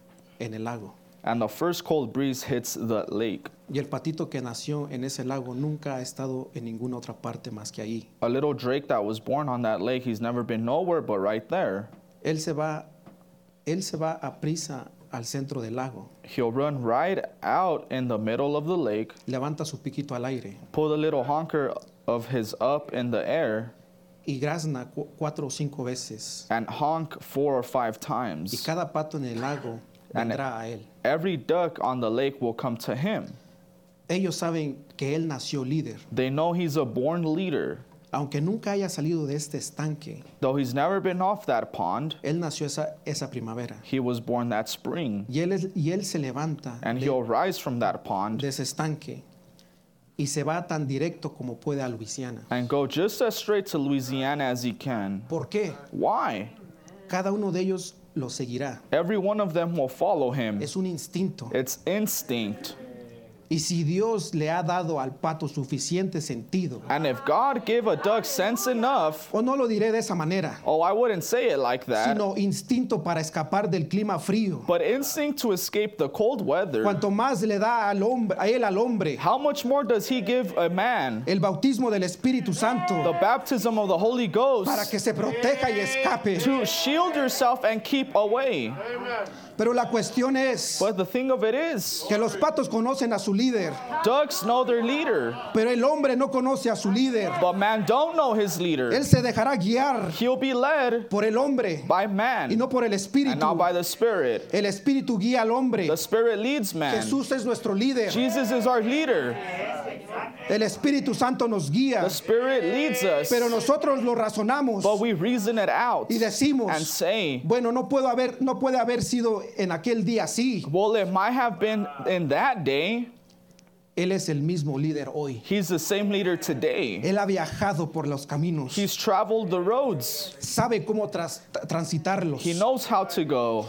Speaker 5: en el lago.
Speaker 6: and the first cold breeze hits the lake.
Speaker 5: Y el patito que nació en ese lago nunca ha estado en ninguna otra parte más que allí.
Speaker 6: A little drake that was born on that lake, he's never been nowhere but right there.
Speaker 5: Él se va, él se va a prisa al centro del lago,
Speaker 6: He'll run right out in the middle of the lake,
Speaker 5: levanta su piquito al aire
Speaker 6: pull the little honker of his up in the air,
Speaker 5: y grazna cu- cuatro o cinco veces.
Speaker 6: and honk four or five
Speaker 5: Y
Speaker 6: times.
Speaker 5: cada pato en el lago vendrá a él.
Speaker 6: Every duck on the lake will come to him.
Speaker 5: Ellos saben que él nació líder,
Speaker 6: They know he's a born leader.
Speaker 5: aunque nunca haya salido de este estanque.
Speaker 6: Though he's never been off that pond,
Speaker 5: Él nació esa, esa primavera.
Speaker 6: he was born that spring.
Speaker 5: Y él, es- y él se levanta
Speaker 6: And
Speaker 5: de-
Speaker 6: he'll rise from that
Speaker 5: de
Speaker 6: pond
Speaker 5: ese estanque y se va tan directo como puede a Luisiana.
Speaker 6: and go just as straight to Louisiana as he can.
Speaker 5: ¿Por qué?
Speaker 6: Why?
Speaker 5: Cada uno de ellos lo seguirá.
Speaker 6: Every one of them will follow him.
Speaker 5: Es un instinto.
Speaker 6: It's instinct.
Speaker 5: Y si Dios le ha dado al pato suficiente sentido,
Speaker 6: And if God gave a duck sense enough,
Speaker 5: o no lo diré de esa manera,
Speaker 6: oh, I wouldn't say it like that,
Speaker 5: sino instinto para escapar del clima frío.
Speaker 6: but instinct to escape the cold weather,
Speaker 5: Cuanto más le da al hombre, a él al hombre
Speaker 6: how much more does he give a man?
Speaker 5: el bautismo del Espíritu Santo
Speaker 6: The baptism of the Holy
Speaker 5: para
Speaker 6: Ghost
Speaker 5: que se proteja y escape.
Speaker 6: to shield yourself and keep away.
Speaker 5: Pero la cuestión es
Speaker 6: But the thing of it is,
Speaker 5: que los patos conocen a su líder,
Speaker 6: ducks know their leader,
Speaker 5: pero el hombre no conoce a su líder.
Speaker 6: but man don't know his
Speaker 5: Él
Speaker 6: leader.
Speaker 5: se dejará guiar
Speaker 6: He'll be led
Speaker 5: por el hombre
Speaker 6: by
Speaker 5: y
Speaker 6: man
Speaker 5: no por el
Speaker 6: and
Speaker 5: Espíritu.
Speaker 6: not by the Spirit.
Speaker 5: El Espíritu guía al hombre.
Speaker 6: The Spirit leads man.
Speaker 5: Jesús es nuestro líder.
Speaker 6: Jesus is our leader.
Speaker 5: El Espíritu Santo nos guía.
Speaker 6: The Spirit leads us.
Speaker 5: Pero nosotros lo razonamos
Speaker 6: But we reason it out
Speaker 5: y decimos,
Speaker 6: and say,
Speaker 5: bueno, no puedo haber, no puede haber sido en aquel día así.
Speaker 6: well, it might have been in that day.
Speaker 5: Él es el mismo líder hoy.
Speaker 6: He's the same leader today.
Speaker 5: Él ha viajado por los caminos.
Speaker 6: He's traveled the roads.
Speaker 5: Sabe cómo tras- transitarlos.
Speaker 6: He knows how to go.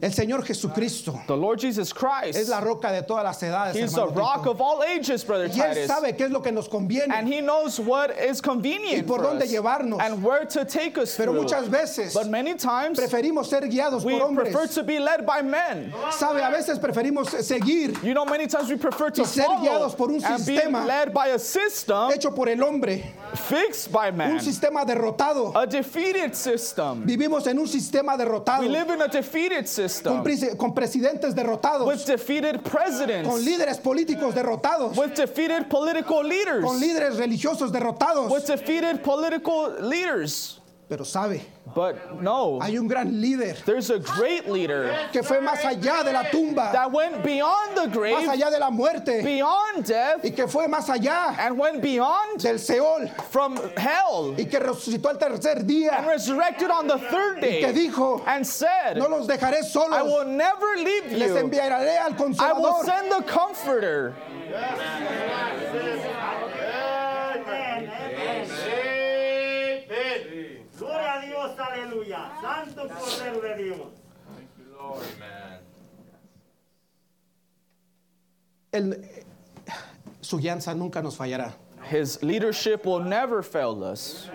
Speaker 5: El Señor Jesucristo
Speaker 6: The Lord Jesus
Speaker 5: es
Speaker 6: Christ.
Speaker 5: la roca de todas las edades.
Speaker 6: He's the
Speaker 5: hermano
Speaker 6: rock
Speaker 5: Tito.
Speaker 6: of all ages, brother
Speaker 5: y Él
Speaker 6: Titus.
Speaker 5: sabe qué es lo que nos
Speaker 6: And
Speaker 5: conviene.
Speaker 6: he knows what is
Speaker 5: Y
Speaker 6: convenient
Speaker 5: por
Speaker 6: for
Speaker 5: dónde
Speaker 6: us
Speaker 5: llevarnos.
Speaker 6: and where to take us
Speaker 5: Pero
Speaker 6: through.
Speaker 5: muchas veces
Speaker 6: But many times
Speaker 5: preferimos ser guiados
Speaker 6: we
Speaker 5: por hombres.
Speaker 6: prefer to be led by men.
Speaker 5: Sabe, a veces preferimos seguir
Speaker 6: You know, many times we prefer to
Speaker 5: Y ser
Speaker 6: follow
Speaker 5: guiados por un
Speaker 6: and be
Speaker 5: sistema
Speaker 6: led by a system
Speaker 5: hecho por el hombre,
Speaker 6: fixed by man.
Speaker 5: un sistema derrotado.
Speaker 6: A defeated system.
Speaker 5: Vivimos en un sistema derrotado,
Speaker 6: We live in a defeated
Speaker 5: con,
Speaker 6: system
Speaker 5: presi- con presidentes derrotados,
Speaker 6: with defeated
Speaker 5: con
Speaker 6: presidents,
Speaker 5: líderes políticos derrotados,
Speaker 6: with defeated political
Speaker 5: con
Speaker 6: leaders,
Speaker 5: líderes religiosos derrotados.
Speaker 6: with defeated political leaders.
Speaker 5: Pero sabe,
Speaker 6: But no,
Speaker 5: hay un gran líder
Speaker 6: there's a great leader
Speaker 5: que fue más allá de la tumba,
Speaker 6: that went beyond the
Speaker 5: más
Speaker 6: grave,
Speaker 5: allá de la muerte,
Speaker 6: beyond death,
Speaker 5: y que fue más allá
Speaker 6: and went beyond
Speaker 5: del Seol,
Speaker 6: from hell
Speaker 5: y que resucitó al tercer
Speaker 6: and
Speaker 5: día,
Speaker 6: resurrected on the third
Speaker 5: que
Speaker 6: day
Speaker 5: dijo,
Speaker 6: and said,
Speaker 5: no los
Speaker 6: I
Speaker 5: dejaré solos,
Speaker 6: will never leave
Speaker 5: les
Speaker 6: you.
Speaker 5: enviaré al
Speaker 6: I will
Speaker 5: Consolador.
Speaker 6: send the comforter.
Speaker 7: Amén, amén. Gloria a Dios, aleluya. Santo Cordero de Dios.
Speaker 5: El- su guianza nunca nos fallará.
Speaker 6: His leadership will never fail us.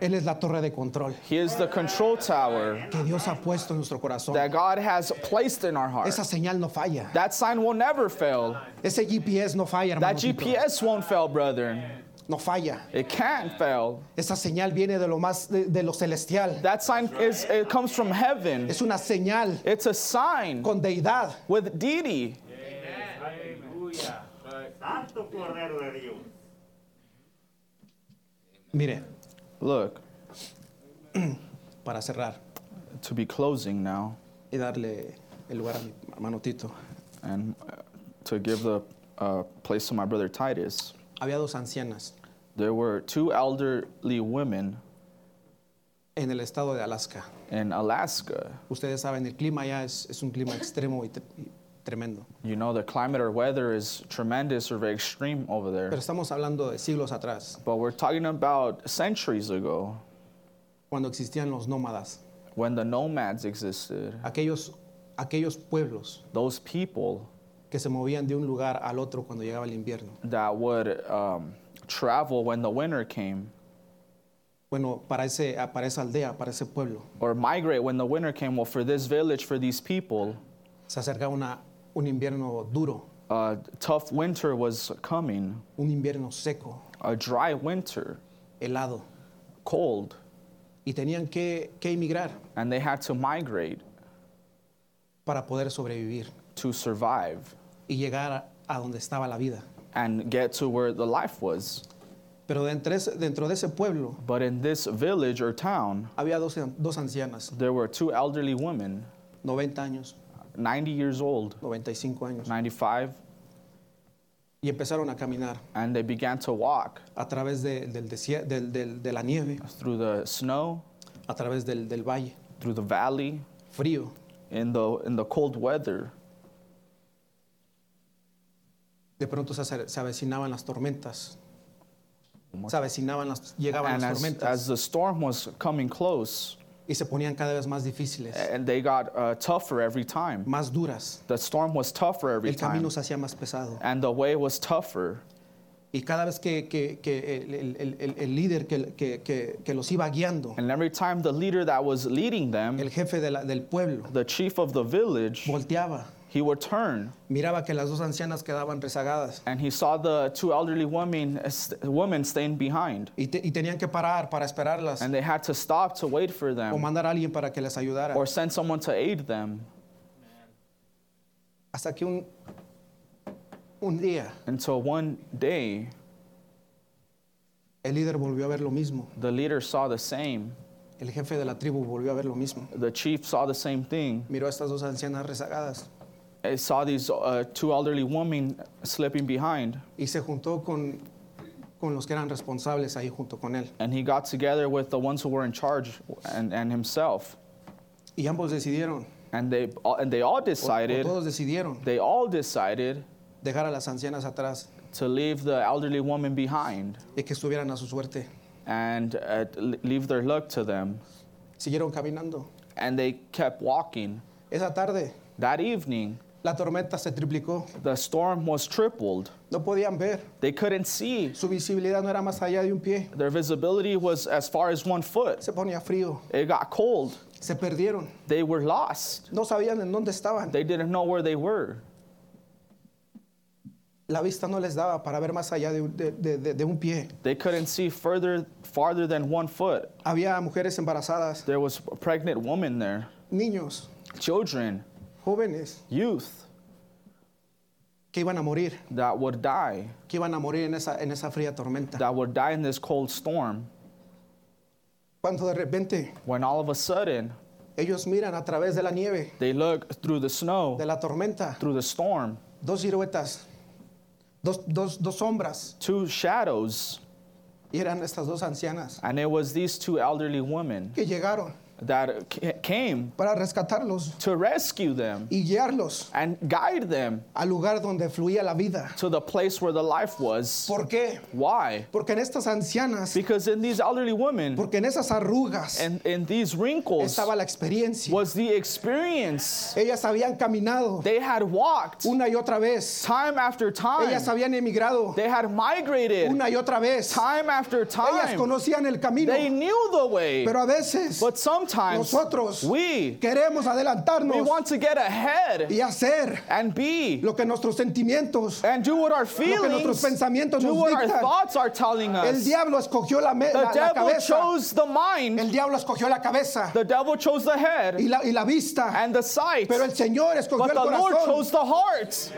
Speaker 5: Él es la torre de control
Speaker 6: He is the control tower
Speaker 5: que Dios ha puesto en nuestro corazón.
Speaker 6: that God has placed in our heart.
Speaker 5: Esa señal no falla.
Speaker 6: That sign will never fail.
Speaker 5: Ese GPS no falla,
Speaker 6: That
Speaker 5: hermano. Tito.
Speaker 6: GPS won't fail, brethren.
Speaker 5: No falla.
Speaker 6: It can't fail.
Speaker 5: Esa señal viene de lo más de, de lo celestial.
Speaker 6: That sign is it comes from heaven.
Speaker 5: Es una señal
Speaker 6: It's a sign
Speaker 5: con deidad.
Speaker 6: with deity.
Speaker 7: Santo Cordero de Dios.
Speaker 5: Mire,
Speaker 6: Look,
Speaker 5: para cerrar
Speaker 6: to be closing now
Speaker 5: y darle el lugar a mi hermano Tito.
Speaker 6: and uh, to give the uh, place to my brother Titus.
Speaker 5: Había dos ancianas
Speaker 6: There were two elderly women
Speaker 5: en el estado de Alaska.
Speaker 6: in Alaska.
Speaker 5: Ustedes saben, el clima allá es, es un clima extremo y, tre- y tremendo.
Speaker 6: You know, the climate or weather is tremendous or very extreme over
Speaker 5: Pero
Speaker 6: there.
Speaker 5: estamos hablando de siglos atrás,
Speaker 6: But we're talking about centuries ago
Speaker 5: cuando existían los nómadas.
Speaker 6: when the nomads existed.
Speaker 5: Aquellos, aquellos pueblos
Speaker 6: Those people
Speaker 5: que se movían de un lugar al otro cuando llegaba el invierno.
Speaker 6: that would um, travel when the winter came
Speaker 5: Bueno, para, ese, para esa aldea, para ese pueblo,
Speaker 6: or migrate when the winter came. Well, for this village, for these people,
Speaker 5: Se acercaba una- un invierno duro,
Speaker 6: A tough winter was coming,
Speaker 5: un invierno seco,
Speaker 6: a dry winter,
Speaker 5: helado,
Speaker 6: cold,
Speaker 5: y tenían que, que emigrar
Speaker 6: and they had to migrate
Speaker 5: para poder sobrevivir
Speaker 6: to survive
Speaker 5: y llegar a, a donde estaba la vida.
Speaker 6: and get to where the life was.
Speaker 5: Pero dentro de ese, dentro de ese pueblo
Speaker 6: But in this village or town,
Speaker 5: había dos, an- dos ancianas,
Speaker 6: there were two elderly women,
Speaker 5: 90 años,
Speaker 6: 90 years old,
Speaker 5: 95 años,
Speaker 6: 95,
Speaker 5: y empezaron a caminar
Speaker 6: and they began to walk
Speaker 5: a través de, del desie- del- del- de la nieve,
Speaker 6: through the snow,
Speaker 5: a través del, del valle,
Speaker 6: through the valley,
Speaker 5: frío,
Speaker 6: in the, in the cold weather.
Speaker 5: De pronto se, acer- se avecinaban las tormentas. Se avecinaban las, llegaban
Speaker 6: And
Speaker 5: las
Speaker 6: as,
Speaker 5: tormentas
Speaker 6: as the storm was coming close,
Speaker 5: y se ponían cada vez más difíciles,
Speaker 6: and they got uh, tougher every time.
Speaker 5: más duras.
Speaker 6: The storm was tougher every
Speaker 5: El
Speaker 6: time,
Speaker 5: camino se hacía más pesado.
Speaker 6: and the way was tougher.
Speaker 5: Y cada vez que, que- que el, el- el- el- el líder que, que- que- que los iba guiando,
Speaker 6: And every time the leader that was leading them,
Speaker 5: el jefe de la- del pueblo,
Speaker 6: the chief of the village,
Speaker 5: volteaba,
Speaker 6: he would turn
Speaker 5: miraba que las dos ancianas quedaban rezagadas
Speaker 6: and he saw the two elderly women, women staying behind.
Speaker 5: y, te- y tenían que parar para esperarlas
Speaker 6: And they had to stop to wait for
Speaker 5: o
Speaker 6: them
Speaker 5: mandar a alguien para que les ayudara.
Speaker 6: or send someone to aid them
Speaker 5: Hasta que un, un día
Speaker 6: until one day
Speaker 5: el líder volvió a ver lo mismo,
Speaker 6: the leader saw the same.
Speaker 5: el jefe de la tribu volvió a ver lo mismo.
Speaker 6: The chief saw the same thing.
Speaker 5: miró a estas dos ancianas rezagadas
Speaker 6: He saw these uh, two elderly women slipping behind.
Speaker 5: y se juntó con, con los que eran responsables ahí junto con él.
Speaker 6: and he got together with the ones who were in charge and, and himself
Speaker 5: Y ambos decidieron,
Speaker 6: and they all- and they all
Speaker 5: o- o
Speaker 6: decided
Speaker 5: todos decidieron,
Speaker 6: they all decided
Speaker 5: dejar a las ancianas atrás
Speaker 6: to leave the elderly woman behind
Speaker 5: y que estuvieran a su suerte.
Speaker 6: and uh, l- leave their luck to them
Speaker 5: Siguieron caminando.
Speaker 6: and they kept walking
Speaker 5: Esa tarde
Speaker 6: that evening
Speaker 5: la tormenta se triplicó,
Speaker 6: the storm was tripled
Speaker 5: no podían ver,
Speaker 6: they couldn't see
Speaker 5: su visibilidad no era más allá de un pie,
Speaker 6: their visibility was as far as one foot
Speaker 5: se ponía frío,
Speaker 6: it got cold
Speaker 5: se perdieron,
Speaker 6: they were lost
Speaker 5: no sabían en dónde estaban,
Speaker 6: they didn't know where they were
Speaker 5: la vista no les daba para ver más allá de, un- de- de- de- de un pie.
Speaker 6: they couldn't see further farther than one foot
Speaker 5: Había mujeres embarazadas,
Speaker 6: there was a pregnant woman there
Speaker 5: niños,
Speaker 6: children,
Speaker 5: jóvenes
Speaker 6: youth
Speaker 5: que iban a morir.
Speaker 6: that would die,
Speaker 5: que iban a morir en esa, en esa fría tormenta.
Speaker 6: that would die in this cold storm,
Speaker 5: Cuando de repente
Speaker 6: when all of a sudden
Speaker 5: ellos miran a través de la nieve,
Speaker 6: they look through the snow,
Speaker 5: de la tormenta,
Speaker 6: through the storm,
Speaker 5: dos siluetas, dos, dos, dos sombras,
Speaker 6: two shadows,
Speaker 5: y eran estas dos ancianas
Speaker 6: and it was these two elderly women
Speaker 5: que llegaron
Speaker 6: that ca- came
Speaker 5: para rescatarlos
Speaker 6: to rescue them
Speaker 5: y guiarlos
Speaker 6: and guide them
Speaker 5: al lugar donde fluía la vida.
Speaker 6: to the place where the life was.
Speaker 5: ¿Por qué?
Speaker 6: Why?
Speaker 5: Porque en estas ancianas,
Speaker 6: Because in these elderly women
Speaker 5: porque en esas arrugas
Speaker 6: and in these wrinkles
Speaker 5: estaba la experiencia.
Speaker 6: was the experience.
Speaker 5: Ellas habían caminado
Speaker 6: They had walked
Speaker 5: una y otra vez.
Speaker 6: time after time.
Speaker 5: Ellas habían emigrado
Speaker 6: They had migrated
Speaker 5: una y otra vez.
Speaker 6: time after
Speaker 5: Ellas
Speaker 6: time.
Speaker 5: conocían el camino,
Speaker 6: They knew the way.
Speaker 5: pero a veces
Speaker 6: But sometimes
Speaker 5: Nosotros
Speaker 6: we
Speaker 5: queremos
Speaker 6: we
Speaker 5: adelantarnos
Speaker 6: want to get ahead
Speaker 5: y hacer
Speaker 6: and be
Speaker 5: lo que nuestros sentimientos,
Speaker 6: and do what our
Speaker 5: nuestros
Speaker 6: feelings,
Speaker 5: pensamientos
Speaker 6: do
Speaker 5: nos
Speaker 6: what our
Speaker 5: dictan.
Speaker 6: thoughts are telling
Speaker 5: el
Speaker 6: us.
Speaker 5: diablo escogió la,
Speaker 6: The
Speaker 5: me- la, la
Speaker 6: devil
Speaker 5: cabeza,
Speaker 6: chose the mind.
Speaker 5: el diablo escogió la cabeza
Speaker 6: The devil chose the
Speaker 5: y
Speaker 6: head
Speaker 5: la, y la vista,
Speaker 6: and the sight.
Speaker 5: pero
Speaker 6: But
Speaker 5: el Señor escogió
Speaker 6: the
Speaker 5: el
Speaker 6: Lord
Speaker 5: corazón,
Speaker 6: chose the heart.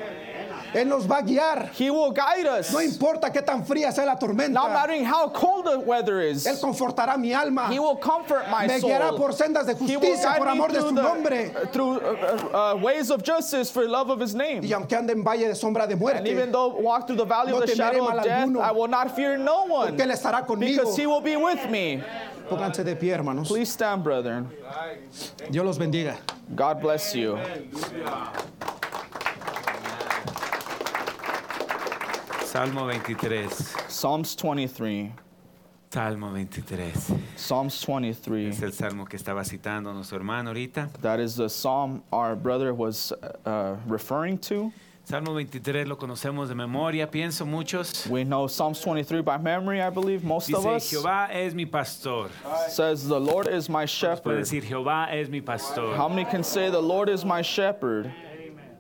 Speaker 5: Él nos va a guiar,
Speaker 6: He will guide us.
Speaker 5: no importa qué tan fría sea la
Speaker 6: Not
Speaker 5: tormenta,
Speaker 6: mattering how cold the weather
Speaker 5: Él
Speaker 6: is,
Speaker 5: confortará mi alma,
Speaker 6: He will comfort my
Speaker 5: me guiará
Speaker 6: soul.
Speaker 5: por sendas de
Speaker 6: He will
Speaker 5: justicia
Speaker 6: guide
Speaker 5: por
Speaker 6: me
Speaker 5: amor de su
Speaker 6: through, the-
Speaker 5: nombre,
Speaker 6: through, uh, uh, uh, ways of justice for love of his name.
Speaker 5: y aunque ande en valle de sombra de
Speaker 6: And
Speaker 5: muerte,
Speaker 6: even though walk through the valley
Speaker 5: No
Speaker 6: of the
Speaker 5: temeré
Speaker 6: shadow
Speaker 5: mal
Speaker 6: of death,
Speaker 5: alguno,
Speaker 6: I will not fear no one.
Speaker 5: porque Él estará conmigo.
Speaker 6: Because he will be with me.
Speaker 5: Pónganse de pie, hermanos.
Speaker 6: Please stand, brethren.
Speaker 5: Dios los bendiga.
Speaker 6: God bless you.
Speaker 9: Salmo 23.
Speaker 6: Psalms 23.
Speaker 9: Salmo 23.
Speaker 6: Psalms 23.
Speaker 9: Es el salmo que estaba citando nuestro hermano ahorita.
Speaker 6: That is the psalm our brother was uh, referring to.
Speaker 9: Salmo 23 lo conocemos de memoria, pienso muchos.
Speaker 6: We know Psalms 23 by memory, I believe, most of
Speaker 9: Dice,
Speaker 6: us.
Speaker 9: Jehová es mi pastor.
Speaker 6: Says, The Lord is my
Speaker 9: Puede
Speaker 6: shepherd.
Speaker 9: decir, Jehová es mi pastor.
Speaker 6: How many can say, The Lord is my shepherd?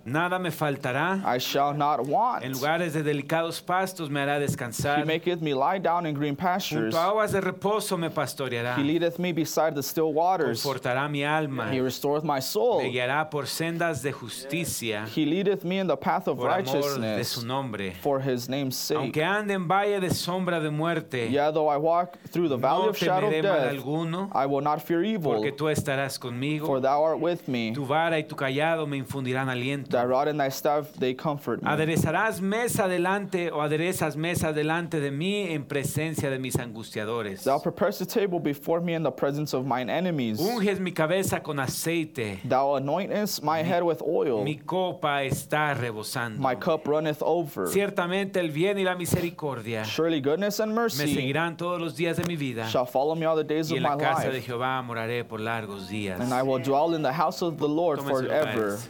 Speaker 9: Nada me faltará.
Speaker 6: I shall not
Speaker 9: En
Speaker 6: want.
Speaker 9: lugares de delicados pastos me hará
Speaker 6: He
Speaker 9: descansar.
Speaker 6: maketh me lie down in green pastures.
Speaker 9: Junto a aguas de reposo me pastoreará.
Speaker 6: He leadeth me beside the still waters.
Speaker 9: Confortará mi alma.
Speaker 6: He restoreth my soul.
Speaker 9: Me guiará por sendas de justicia.
Speaker 6: He leadeth me in the path of
Speaker 9: Por amor de
Speaker 6: righteousness
Speaker 9: su nombre.
Speaker 6: for his name's sake.
Speaker 9: Aunque ande en valle de sombra de muerte,
Speaker 6: Yea, though I walk through the valley
Speaker 9: no
Speaker 6: of shadow
Speaker 9: temeré
Speaker 6: of
Speaker 9: mal
Speaker 6: death,
Speaker 9: alguno,
Speaker 6: I will not fear evil,
Speaker 9: porque tú estarás conmigo.
Speaker 6: for thou art with me.
Speaker 9: Tu vara y tu callado me infundirán aliento.
Speaker 6: Thy rod and thy staff, they comfort me.
Speaker 9: Aderezarás mesa delante o aderezas mesa delante de mí en presencia de mis angustiadores.
Speaker 6: Thou preparest a table before me in the presence of mine enemies.
Speaker 9: Unges mi cabeza con aceite,
Speaker 6: Thou anointest my head with oil.
Speaker 9: mi copa está rebosando.
Speaker 6: My cup runneth over.
Speaker 9: Ciertamente el bien y la misericordia
Speaker 6: Surely goodness and
Speaker 9: me
Speaker 6: mercy
Speaker 9: seguirán todos los días de mi vida
Speaker 6: shall follow me all the days
Speaker 9: y
Speaker 6: of my
Speaker 9: en la casa de
Speaker 6: life,
Speaker 9: Jehová moraré por largos días.
Speaker 6: and I will dwell in the house of the Lord
Speaker 9: Tomen sus
Speaker 6: forever.
Speaker 9: lugares.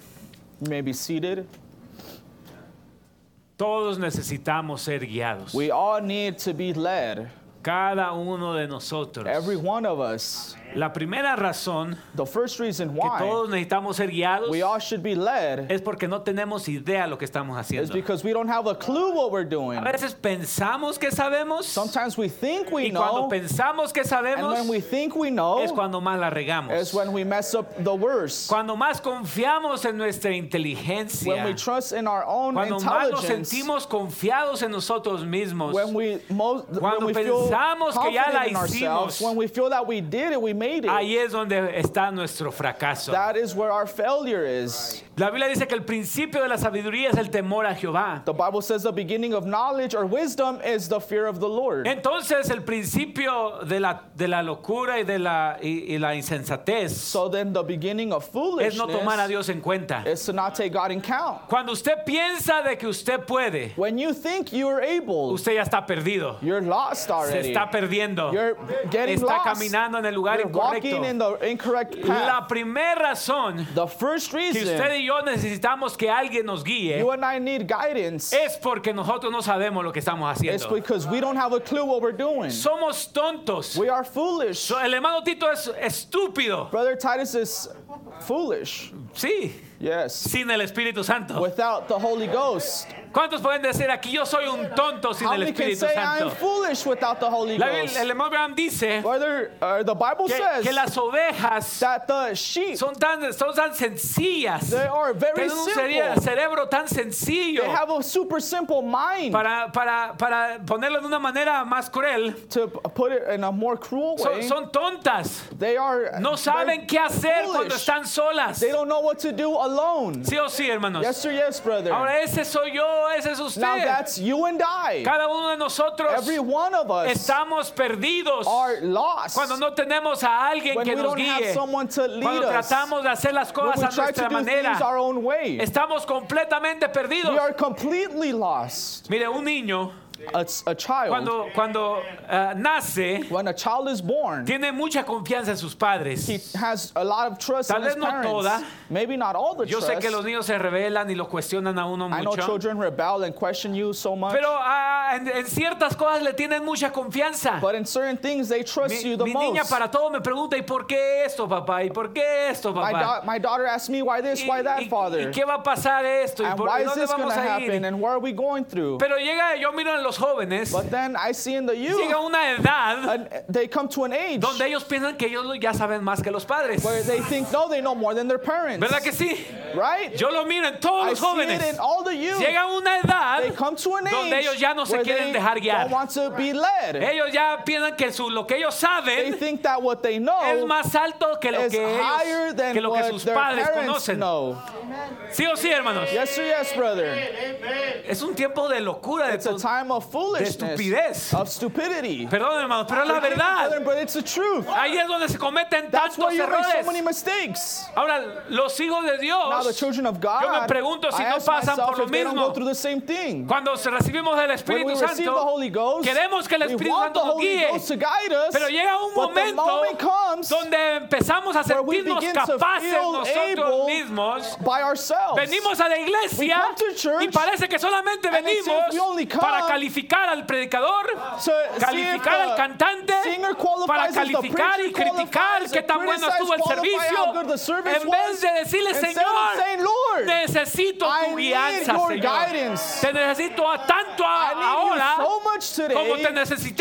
Speaker 6: You may be seated.
Speaker 9: Todos necesitamos ser guiados.
Speaker 6: We all need to be led,
Speaker 9: Cada uno de nosotros.
Speaker 6: every one of us.
Speaker 9: La primera razón
Speaker 6: The first reason
Speaker 9: que
Speaker 6: why
Speaker 9: todos necesitamos ser guiados
Speaker 6: we all should be led
Speaker 9: es porque no tenemos idea lo que estamos
Speaker 6: is
Speaker 9: haciendo.
Speaker 6: because we don't have a clue what we're doing.
Speaker 9: A veces pensamos que sabemos
Speaker 6: Sometimes we think we
Speaker 9: y cuando
Speaker 6: know,
Speaker 9: pensamos que
Speaker 6: and
Speaker 9: sabemos
Speaker 6: when we think we
Speaker 9: es
Speaker 6: know,
Speaker 9: cuando más la
Speaker 6: is
Speaker 9: regamos.
Speaker 6: when we mess up the worst.
Speaker 9: Cuando más confiamos en nuestra
Speaker 6: When we
Speaker 9: inteligencia,
Speaker 6: trust in our own
Speaker 9: cuando más nos
Speaker 6: intelligence,
Speaker 9: sentimos confiados en nosotros mismos,
Speaker 6: when we most,
Speaker 9: Cuando
Speaker 6: when we feel
Speaker 9: pensamos que ya
Speaker 6: confident
Speaker 9: la
Speaker 6: in ourselves,
Speaker 9: hicimos.
Speaker 6: when we feel that we did it, we made it.
Speaker 9: ahí es donde está nuestro fracaso.
Speaker 6: That is where our failure is.
Speaker 9: La Biblia dice que el principio de la sabiduría es el temor a Jehová.
Speaker 6: The Bible says the beginning of knowledge or wisdom is the fear of the Lord.
Speaker 9: Entonces el principio de la, de la locura y de la, y- y la insensatez
Speaker 6: so then the beginning of
Speaker 9: es
Speaker 6: foolishness
Speaker 9: no tomar a Dios en cuenta.
Speaker 6: is to not take God in count.
Speaker 9: Cuando usted piensa de que usted puede,
Speaker 6: When you think you're able,
Speaker 9: usted ya está perdido.
Speaker 6: you're lost
Speaker 9: Se
Speaker 6: already.
Speaker 9: está perdiendo.
Speaker 6: You're getting
Speaker 9: Está
Speaker 6: lost.
Speaker 9: caminando en el lugar
Speaker 6: You're walking in
Speaker 9: incorrecto.
Speaker 6: the incorrect path.
Speaker 9: La primera razón
Speaker 6: the first
Speaker 9: que
Speaker 6: reason
Speaker 9: usted y yo necesitamos que alguien nos guíe
Speaker 6: you and I need guidance
Speaker 9: es porque nosotros no sabemos lo que estamos
Speaker 6: is
Speaker 9: haciendo.
Speaker 6: because we don't have a clue what we're doing.
Speaker 9: Somos tontos.
Speaker 6: we are foolish.
Speaker 9: So, El hermano Tito es estúpido.
Speaker 6: Brother Titus is foolish.
Speaker 9: Sí,
Speaker 6: Yes.
Speaker 9: sin el Espíritu Santo.
Speaker 6: Without the Holy Ghost.
Speaker 9: ¿Cuántos pueden decir aquí yo soy un tonto sin
Speaker 6: How
Speaker 9: el
Speaker 6: many can
Speaker 9: Espíritu
Speaker 6: say I'm
Speaker 9: Santo?
Speaker 6: foolish without the Holy
Speaker 9: La Biblia-
Speaker 6: Ghost?
Speaker 9: el hermano Abraham dice
Speaker 6: Brother, uh, the Bible
Speaker 9: que,
Speaker 6: says
Speaker 9: que las ovejas
Speaker 6: that the sheep,
Speaker 9: son tan, son tan sencillas.
Speaker 6: they are very
Speaker 9: Tienen un cere-
Speaker 6: simple.
Speaker 9: cerebro tan sencillo.
Speaker 6: They have a super simple mind.
Speaker 9: Para, para, para ponerlo de una manera más cruel,
Speaker 6: to p- put it in a more cruel
Speaker 9: son,
Speaker 6: way,
Speaker 9: son tontas.
Speaker 6: they are
Speaker 9: No saben
Speaker 6: they're
Speaker 9: qué hacer cuando
Speaker 6: foolish.
Speaker 9: están solas.
Speaker 6: They don't know what to do alone.
Speaker 9: Sí o sí, hermanos.
Speaker 6: Yes or yes, brother.
Speaker 9: Ahora ese soy yo, ese es
Speaker 6: now
Speaker 9: usted.
Speaker 6: that's you and I.
Speaker 9: Cada uno de nosotros
Speaker 6: Every one of us
Speaker 9: estamos perdidos
Speaker 6: are lost
Speaker 9: cuando no tenemos a alguien
Speaker 6: when
Speaker 9: que
Speaker 6: we
Speaker 9: nos
Speaker 6: don't have
Speaker 9: guíe.
Speaker 6: someone to lead
Speaker 9: Cuando
Speaker 6: us.
Speaker 9: tratamos de hacer las
Speaker 6: when we
Speaker 9: cosas a
Speaker 6: try to
Speaker 9: nuestra
Speaker 6: do
Speaker 9: manera,
Speaker 6: things our own way,
Speaker 9: estamos completamente perdidos.
Speaker 6: we are completely lost.
Speaker 9: Mire, un niño
Speaker 6: A, s- a child,
Speaker 9: cuando cuando eh, nace
Speaker 6: when a child is born,
Speaker 9: tiene mucha confianza en sus
Speaker 6: he
Speaker 9: padres.
Speaker 6: has a lot of trust
Speaker 9: Tal
Speaker 6: in his
Speaker 9: vez no
Speaker 6: parents.
Speaker 9: toda.
Speaker 6: Maybe not all the
Speaker 9: Yo sé
Speaker 6: trust.
Speaker 9: que los niños se rebelan y lo cuestionan a uno
Speaker 6: I know
Speaker 9: mucho.
Speaker 6: children rebel and question you so much,
Speaker 9: Pero ah, en, en ciertas cosas le tienen mucha confianza.
Speaker 6: but in certain things they trust
Speaker 9: Mi,
Speaker 6: you the
Speaker 9: mi
Speaker 6: most.
Speaker 9: niña para todo me pregunta, ¿y por qué esto, papá? ¿Y por qué esto,
Speaker 6: my,
Speaker 9: papá?
Speaker 6: da- my daughter asked me why this,
Speaker 9: ¿Y-
Speaker 6: why
Speaker 9: y-
Speaker 6: that,
Speaker 9: y
Speaker 6: father.
Speaker 9: qué va a pasar esto? ¿Y
Speaker 6: and
Speaker 9: por
Speaker 6: why is
Speaker 9: dónde
Speaker 6: this going
Speaker 9: vamos
Speaker 6: to
Speaker 9: a
Speaker 6: happen?
Speaker 9: ir?
Speaker 6: And what are we going through?
Speaker 9: Pero llega, yo miro en los jóvenes,
Speaker 6: But then I see in the youth,
Speaker 9: llega una edad
Speaker 6: an- they come to an age
Speaker 9: donde ellos piensan que ellos ya saben más que los padres.
Speaker 6: where they think, no, they know more than their parents.
Speaker 9: ¿Verdad que sí?
Speaker 6: Right?
Speaker 9: Yo lo miro en todos
Speaker 6: I
Speaker 9: los
Speaker 6: see it in
Speaker 9: jóvenes.
Speaker 6: all the youth.
Speaker 9: Llega una
Speaker 6: They
Speaker 9: edad,
Speaker 6: come to an age
Speaker 9: donde ellos ya no se
Speaker 6: where
Speaker 9: quieren
Speaker 6: they
Speaker 9: dejar guiar.
Speaker 6: don't want to be led.
Speaker 9: ellos ya piensan que su- lo que ellos
Speaker 6: They
Speaker 9: saben
Speaker 6: think that what they
Speaker 9: es
Speaker 6: know
Speaker 9: más alto que lo
Speaker 6: is
Speaker 9: que,
Speaker 6: higher
Speaker 9: ellos,
Speaker 6: than
Speaker 9: que lo que
Speaker 6: what
Speaker 9: sus
Speaker 6: their
Speaker 9: padres
Speaker 6: parents
Speaker 9: conocen.
Speaker 6: know.
Speaker 9: Sí o sí, hermanos.
Speaker 6: Yes or yes, brother.
Speaker 9: Es un tiempo de locura, de
Speaker 6: It's a
Speaker 9: tu-
Speaker 6: time of foolishness,
Speaker 9: estupidez.
Speaker 6: of stupidity.
Speaker 9: Perdón, hermanos, pero es la
Speaker 6: Brother,
Speaker 9: verdad.
Speaker 6: But it's the truth.
Speaker 9: Ahí es donde se cometen
Speaker 6: That's why
Speaker 9: tantos
Speaker 6: you make so
Speaker 9: errores.
Speaker 6: many mistakes.
Speaker 9: Ahora, los hijos de
Speaker 6: Now the
Speaker 9: Dios,
Speaker 6: children of God,
Speaker 9: Yo me pregunto si
Speaker 6: I
Speaker 9: no
Speaker 6: ask
Speaker 9: pasan
Speaker 6: myself
Speaker 9: por lo
Speaker 6: if they don't
Speaker 9: mismo.
Speaker 6: go through the same thing.
Speaker 9: cuando se recibimos
Speaker 6: When
Speaker 9: el
Speaker 6: we
Speaker 9: Espíritu
Speaker 6: receive the
Speaker 9: Santo,
Speaker 6: Holy Ghost,
Speaker 9: queremos que el
Speaker 6: we
Speaker 9: Espíritu
Speaker 6: want the
Speaker 9: Santo nos
Speaker 6: Holy
Speaker 9: guíe.
Speaker 6: Ghost to guide us.
Speaker 9: Pero llega un
Speaker 6: but the moment
Speaker 9: momento
Speaker 6: comes
Speaker 9: donde empezamos a
Speaker 6: where we
Speaker 9: sentirnos
Speaker 6: begin to
Speaker 9: capaces
Speaker 6: feel
Speaker 9: nosotros
Speaker 6: able
Speaker 9: mismos.
Speaker 6: by ourselves.
Speaker 9: Venimos a la iglesia
Speaker 6: We come to church,
Speaker 9: y parece que solamente
Speaker 6: and it seems
Speaker 9: venimos
Speaker 6: we only come
Speaker 9: para calificar al predicador,
Speaker 6: So, see if
Speaker 9: calificar
Speaker 6: the
Speaker 9: al cantante,
Speaker 6: singer qualifies
Speaker 9: para
Speaker 6: as the
Speaker 9: calificar y
Speaker 6: preacher
Speaker 9: criticar
Speaker 6: qualifies,
Speaker 9: qué tan bueno
Speaker 6: criticize,
Speaker 9: estuvo el
Speaker 6: qualify how good the
Speaker 9: servicio,
Speaker 6: service
Speaker 9: en vez de
Speaker 6: was,
Speaker 9: decirle,
Speaker 6: instead of saying,
Speaker 9: Señor,
Speaker 6: "Lord,
Speaker 9: necesito
Speaker 6: I need
Speaker 9: tu guianza,
Speaker 6: your
Speaker 9: Señor.
Speaker 6: guidance.
Speaker 9: Te necesito a- tanto a-
Speaker 6: I need
Speaker 9: ahora
Speaker 6: you so much today,
Speaker 9: como te necesité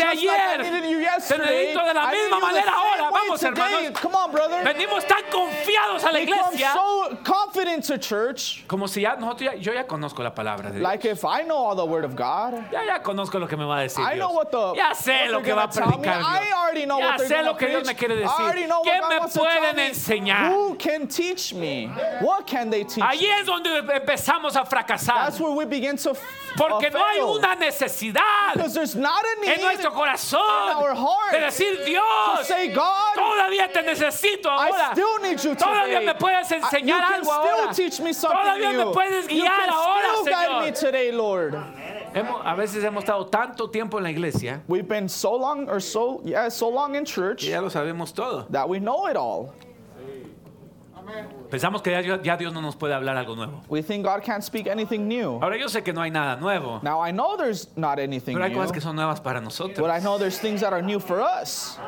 Speaker 6: just like I
Speaker 9: ayer.
Speaker 6: needed you
Speaker 9: Te
Speaker 6: yesterday.
Speaker 9: necesito de la
Speaker 6: I need
Speaker 9: misma
Speaker 6: you the
Speaker 9: manera
Speaker 6: same
Speaker 9: ahora.
Speaker 6: way
Speaker 9: Vamos,
Speaker 6: today.
Speaker 9: hermanos.
Speaker 6: Come on, brother.
Speaker 9: Venimos tan confiados a la
Speaker 6: We come
Speaker 9: iglesia
Speaker 6: so confident to church,
Speaker 9: como si ya nosotros ya, yo ya conozco la palabra de Dios.
Speaker 6: like if I know all the word of God.
Speaker 9: Ya, ya conozco lo que me va a decir
Speaker 6: I
Speaker 9: Dios.
Speaker 6: know what the,
Speaker 9: ya sé lo
Speaker 6: what
Speaker 9: que
Speaker 6: they're
Speaker 9: va a
Speaker 6: gonna tell me.
Speaker 9: predicar Dios.
Speaker 6: I already know
Speaker 9: ya
Speaker 6: what they're
Speaker 9: sé lo
Speaker 6: gonna
Speaker 9: que Dios me
Speaker 6: preach.
Speaker 9: quiere
Speaker 6: I already
Speaker 9: decir.
Speaker 6: know
Speaker 9: ¿Qué
Speaker 6: what God
Speaker 9: me
Speaker 6: wants to tell
Speaker 9: pueden
Speaker 6: me.
Speaker 9: enseñar?
Speaker 6: Who can teach me? What can they teach
Speaker 9: Ahí
Speaker 6: me?
Speaker 9: es donde empezamos a fracasar.
Speaker 6: That's where we begin to f-
Speaker 9: Porque
Speaker 6: uh,
Speaker 9: no hay
Speaker 6: fail.
Speaker 9: una necesidad
Speaker 6: Because there's not a need
Speaker 9: en nuestro
Speaker 6: in our
Speaker 9: corazón
Speaker 6: heart
Speaker 9: de decir,
Speaker 6: to
Speaker 9: Dios,
Speaker 6: say, God,
Speaker 9: todavía te necesito
Speaker 6: I
Speaker 9: ahora.
Speaker 6: still need you today.
Speaker 9: Todavía me puedes
Speaker 6: I- you
Speaker 9: enseñar
Speaker 6: can
Speaker 9: algo
Speaker 6: still
Speaker 9: ahora.
Speaker 6: teach me something
Speaker 9: Todavía me
Speaker 6: new.
Speaker 9: puedes
Speaker 6: you
Speaker 9: guiar
Speaker 6: can
Speaker 9: ahora,
Speaker 6: still guide
Speaker 9: Señor.
Speaker 6: me today, Lord.
Speaker 9: Hemos- a veces hemos estado tanto tiempo en la iglesia
Speaker 6: We've been so long or so yeah, so long in church
Speaker 9: que ya lo sabemos todo.
Speaker 6: that we know it all.
Speaker 9: Pensamos que ya, ya Dios no nos puede hablar algo nuevo.
Speaker 6: We think God can't speak anything new.
Speaker 9: Ahora yo sé que no hay nada nuevo,
Speaker 6: Now I know there's not anything
Speaker 9: pero hay
Speaker 6: new,
Speaker 9: cosas que son nuevas para nosotros,
Speaker 6: but I know there's things that are new for us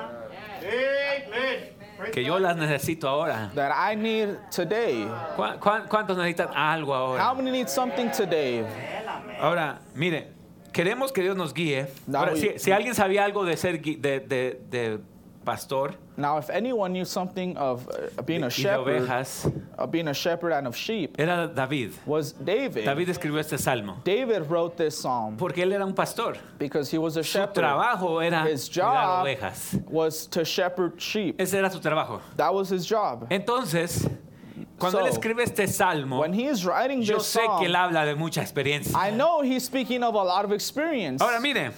Speaker 9: que yo las necesito ahora.
Speaker 6: that I need today.
Speaker 9: ¿Cuá- cuá- ¿Cuántos necesitan algo
Speaker 6: How
Speaker 9: ahora?
Speaker 6: many need something today?
Speaker 9: Ahora, mire, queremos que Dios nos guíe.
Speaker 6: No,
Speaker 9: Ahora,
Speaker 6: we-
Speaker 9: si, si alguien sabía algo de ser gui- de, de- de pastor
Speaker 6: Now, if anyone knew something of uh, being a
Speaker 9: y de
Speaker 6: shepherd,
Speaker 9: ovejas,
Speaker 6: of being a shepherd and of sheep,
Speaker 9: era David.
Speaker 6: was David.
Speaker 9: David escribió este salmo
Speaker 6: David wrote this psalm
Speaker 9: porque él era un pastor.
Speaker 6: because he was a
Speaker 9: Su
Speaker 6: shepherd.
Speaker 9: trabajo era
Speaker 6: His
Speaker 9: cuidar
Speaker 6: job
Speaker 9: ovejas.
Speaker 6: was to shepherd sheep.
Speaker 9: Ese era su trabajo.
Speaker 6: That was his job.
Speaker 9: Entonces, cuando él
Speaker 6: So,
Speaker 9: escribe este salmo,
Speaker 6: When he is writing
Speaker 9: yo
Speaker 6: this
Speaker 9: sé que él
Speaker 6: psalm,
Speaker 9: habla de mucha experiencia.
Speaker 6: I know he's speaking of a lot of experience.
Speaker 9: Ahora mire,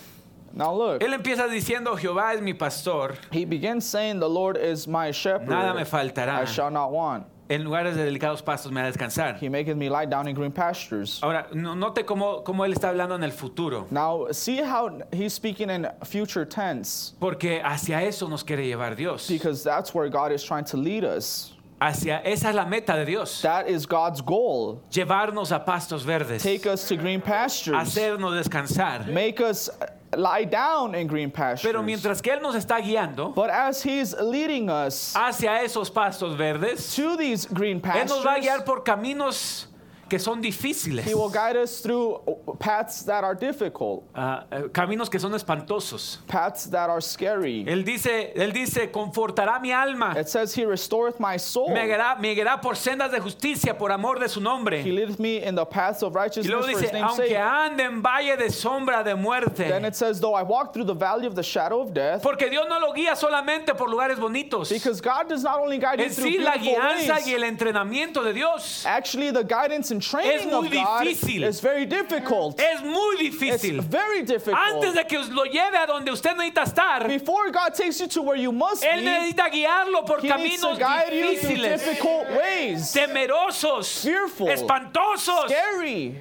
Speaker 6: Now look,
Speaker 9: él empieza diciendo, Jehová es mi pastor,
Speaker 6: he begins saying, "The Lord is my shepherd;
Speaker 9: nada me faltará.
Speaker 6: I shall not want.
Speaker 9: En lugares de delicados pastos me hará descansar.
Speaker 6: He maketh me lie down in green pastures."
Speaker 9: Ahora, no- note cómo, cómo él está hablando en el futuro,
Speaker 6: Now see how he's speaking in future tense
Speaker 9: porque hacia eso nos quiere llevar Dios.
Speaker 6: because that's where God is trying to lead us.
Speaker 9: Hacia esa es la meta de Dios,
Speaker 6: That is God's goal.
Speaker 9: llevarnos a pastos verdes,
Speaker 6: Take us to green pastures.
Speaker 9: hacernos descansar.
Speaker 6: Make us lie down in green pastures.
Speaker 9: Pero mientras que él nos está guiando
Speaker 6: But as he's leading us
Speaker 9: hacia esos pastos verdes,
Speaker 6: to these green
Speaker 9: Ah. él nos va a
Speaker 6: pastures,
Speaker 9: guiar por caminos que son difíciles,
Speaker 6: he will guide us through paths that are difficult,
Speaker 9: ah, eh, caminos que son espantosos.
Speaker 6: paths that are scary.
Speaker 9: Él dice, él dice, confortará mi alma.
Speaker 6: It says he restoreth my soul.
Speaker 9: Eh. Me guiará, me guiará por sendas de justicia, por amor de su
Speaker 6: He
Speaker 9: nombre.
Speaker 6: leadeth me in the paths of
Speaker 9: Y
Speaker 6: righteousness
Speaker 9: luego
Speaker 6: for his
Speaker 9: dice,
Speaker 6: name's
Speaker 9: aunque
Speaker 6: sake.
Speaker 9: ande en valle de sombra de
Speaker 6: Then
Speaker 9: muerte.
Speaker 6: it says, though I walk through the valley of the shadow of death,
Speaker 9: Porque Dios no lo guía solamente por lugares bonitos.
Speaker 6: because God does not only guide you
Speaker 9: En
Speaker 6: through
Speaker 9: sí, la
Speaker 6: beautiful
Speaker 9: guianza
Speaker 6: ways,
Speaker 9: y el entrenamiento de Dios
Speaker 6: actually the guidance and training
Speaker 9: muy
Speaker 6: of God
Speaker 9: difícil.
Speaker 6: is very difficult.
Speaker 9: es muy
Speaker 6: It's
Speaker 9: difícil.
Speaker 6: very difficult.
Speaker 9: Antes de que os lo lleve a donde usted necesita estar,
Speaker 6: Before God takes you to where you must
Speaker 9: Él
Speaker 6: be,
Speaker 9: necesita guiarlo por
Speaker 6: He needs to
Speaker 9: caminos
Speaker 6: guide you through
Speaker 9: difíciles,
Speaker 6: difficult ways,
Speaker 9: temerosos,
Speaker 6: Fearful.
Speaker 9: espantosos,
Speaker 6: scary,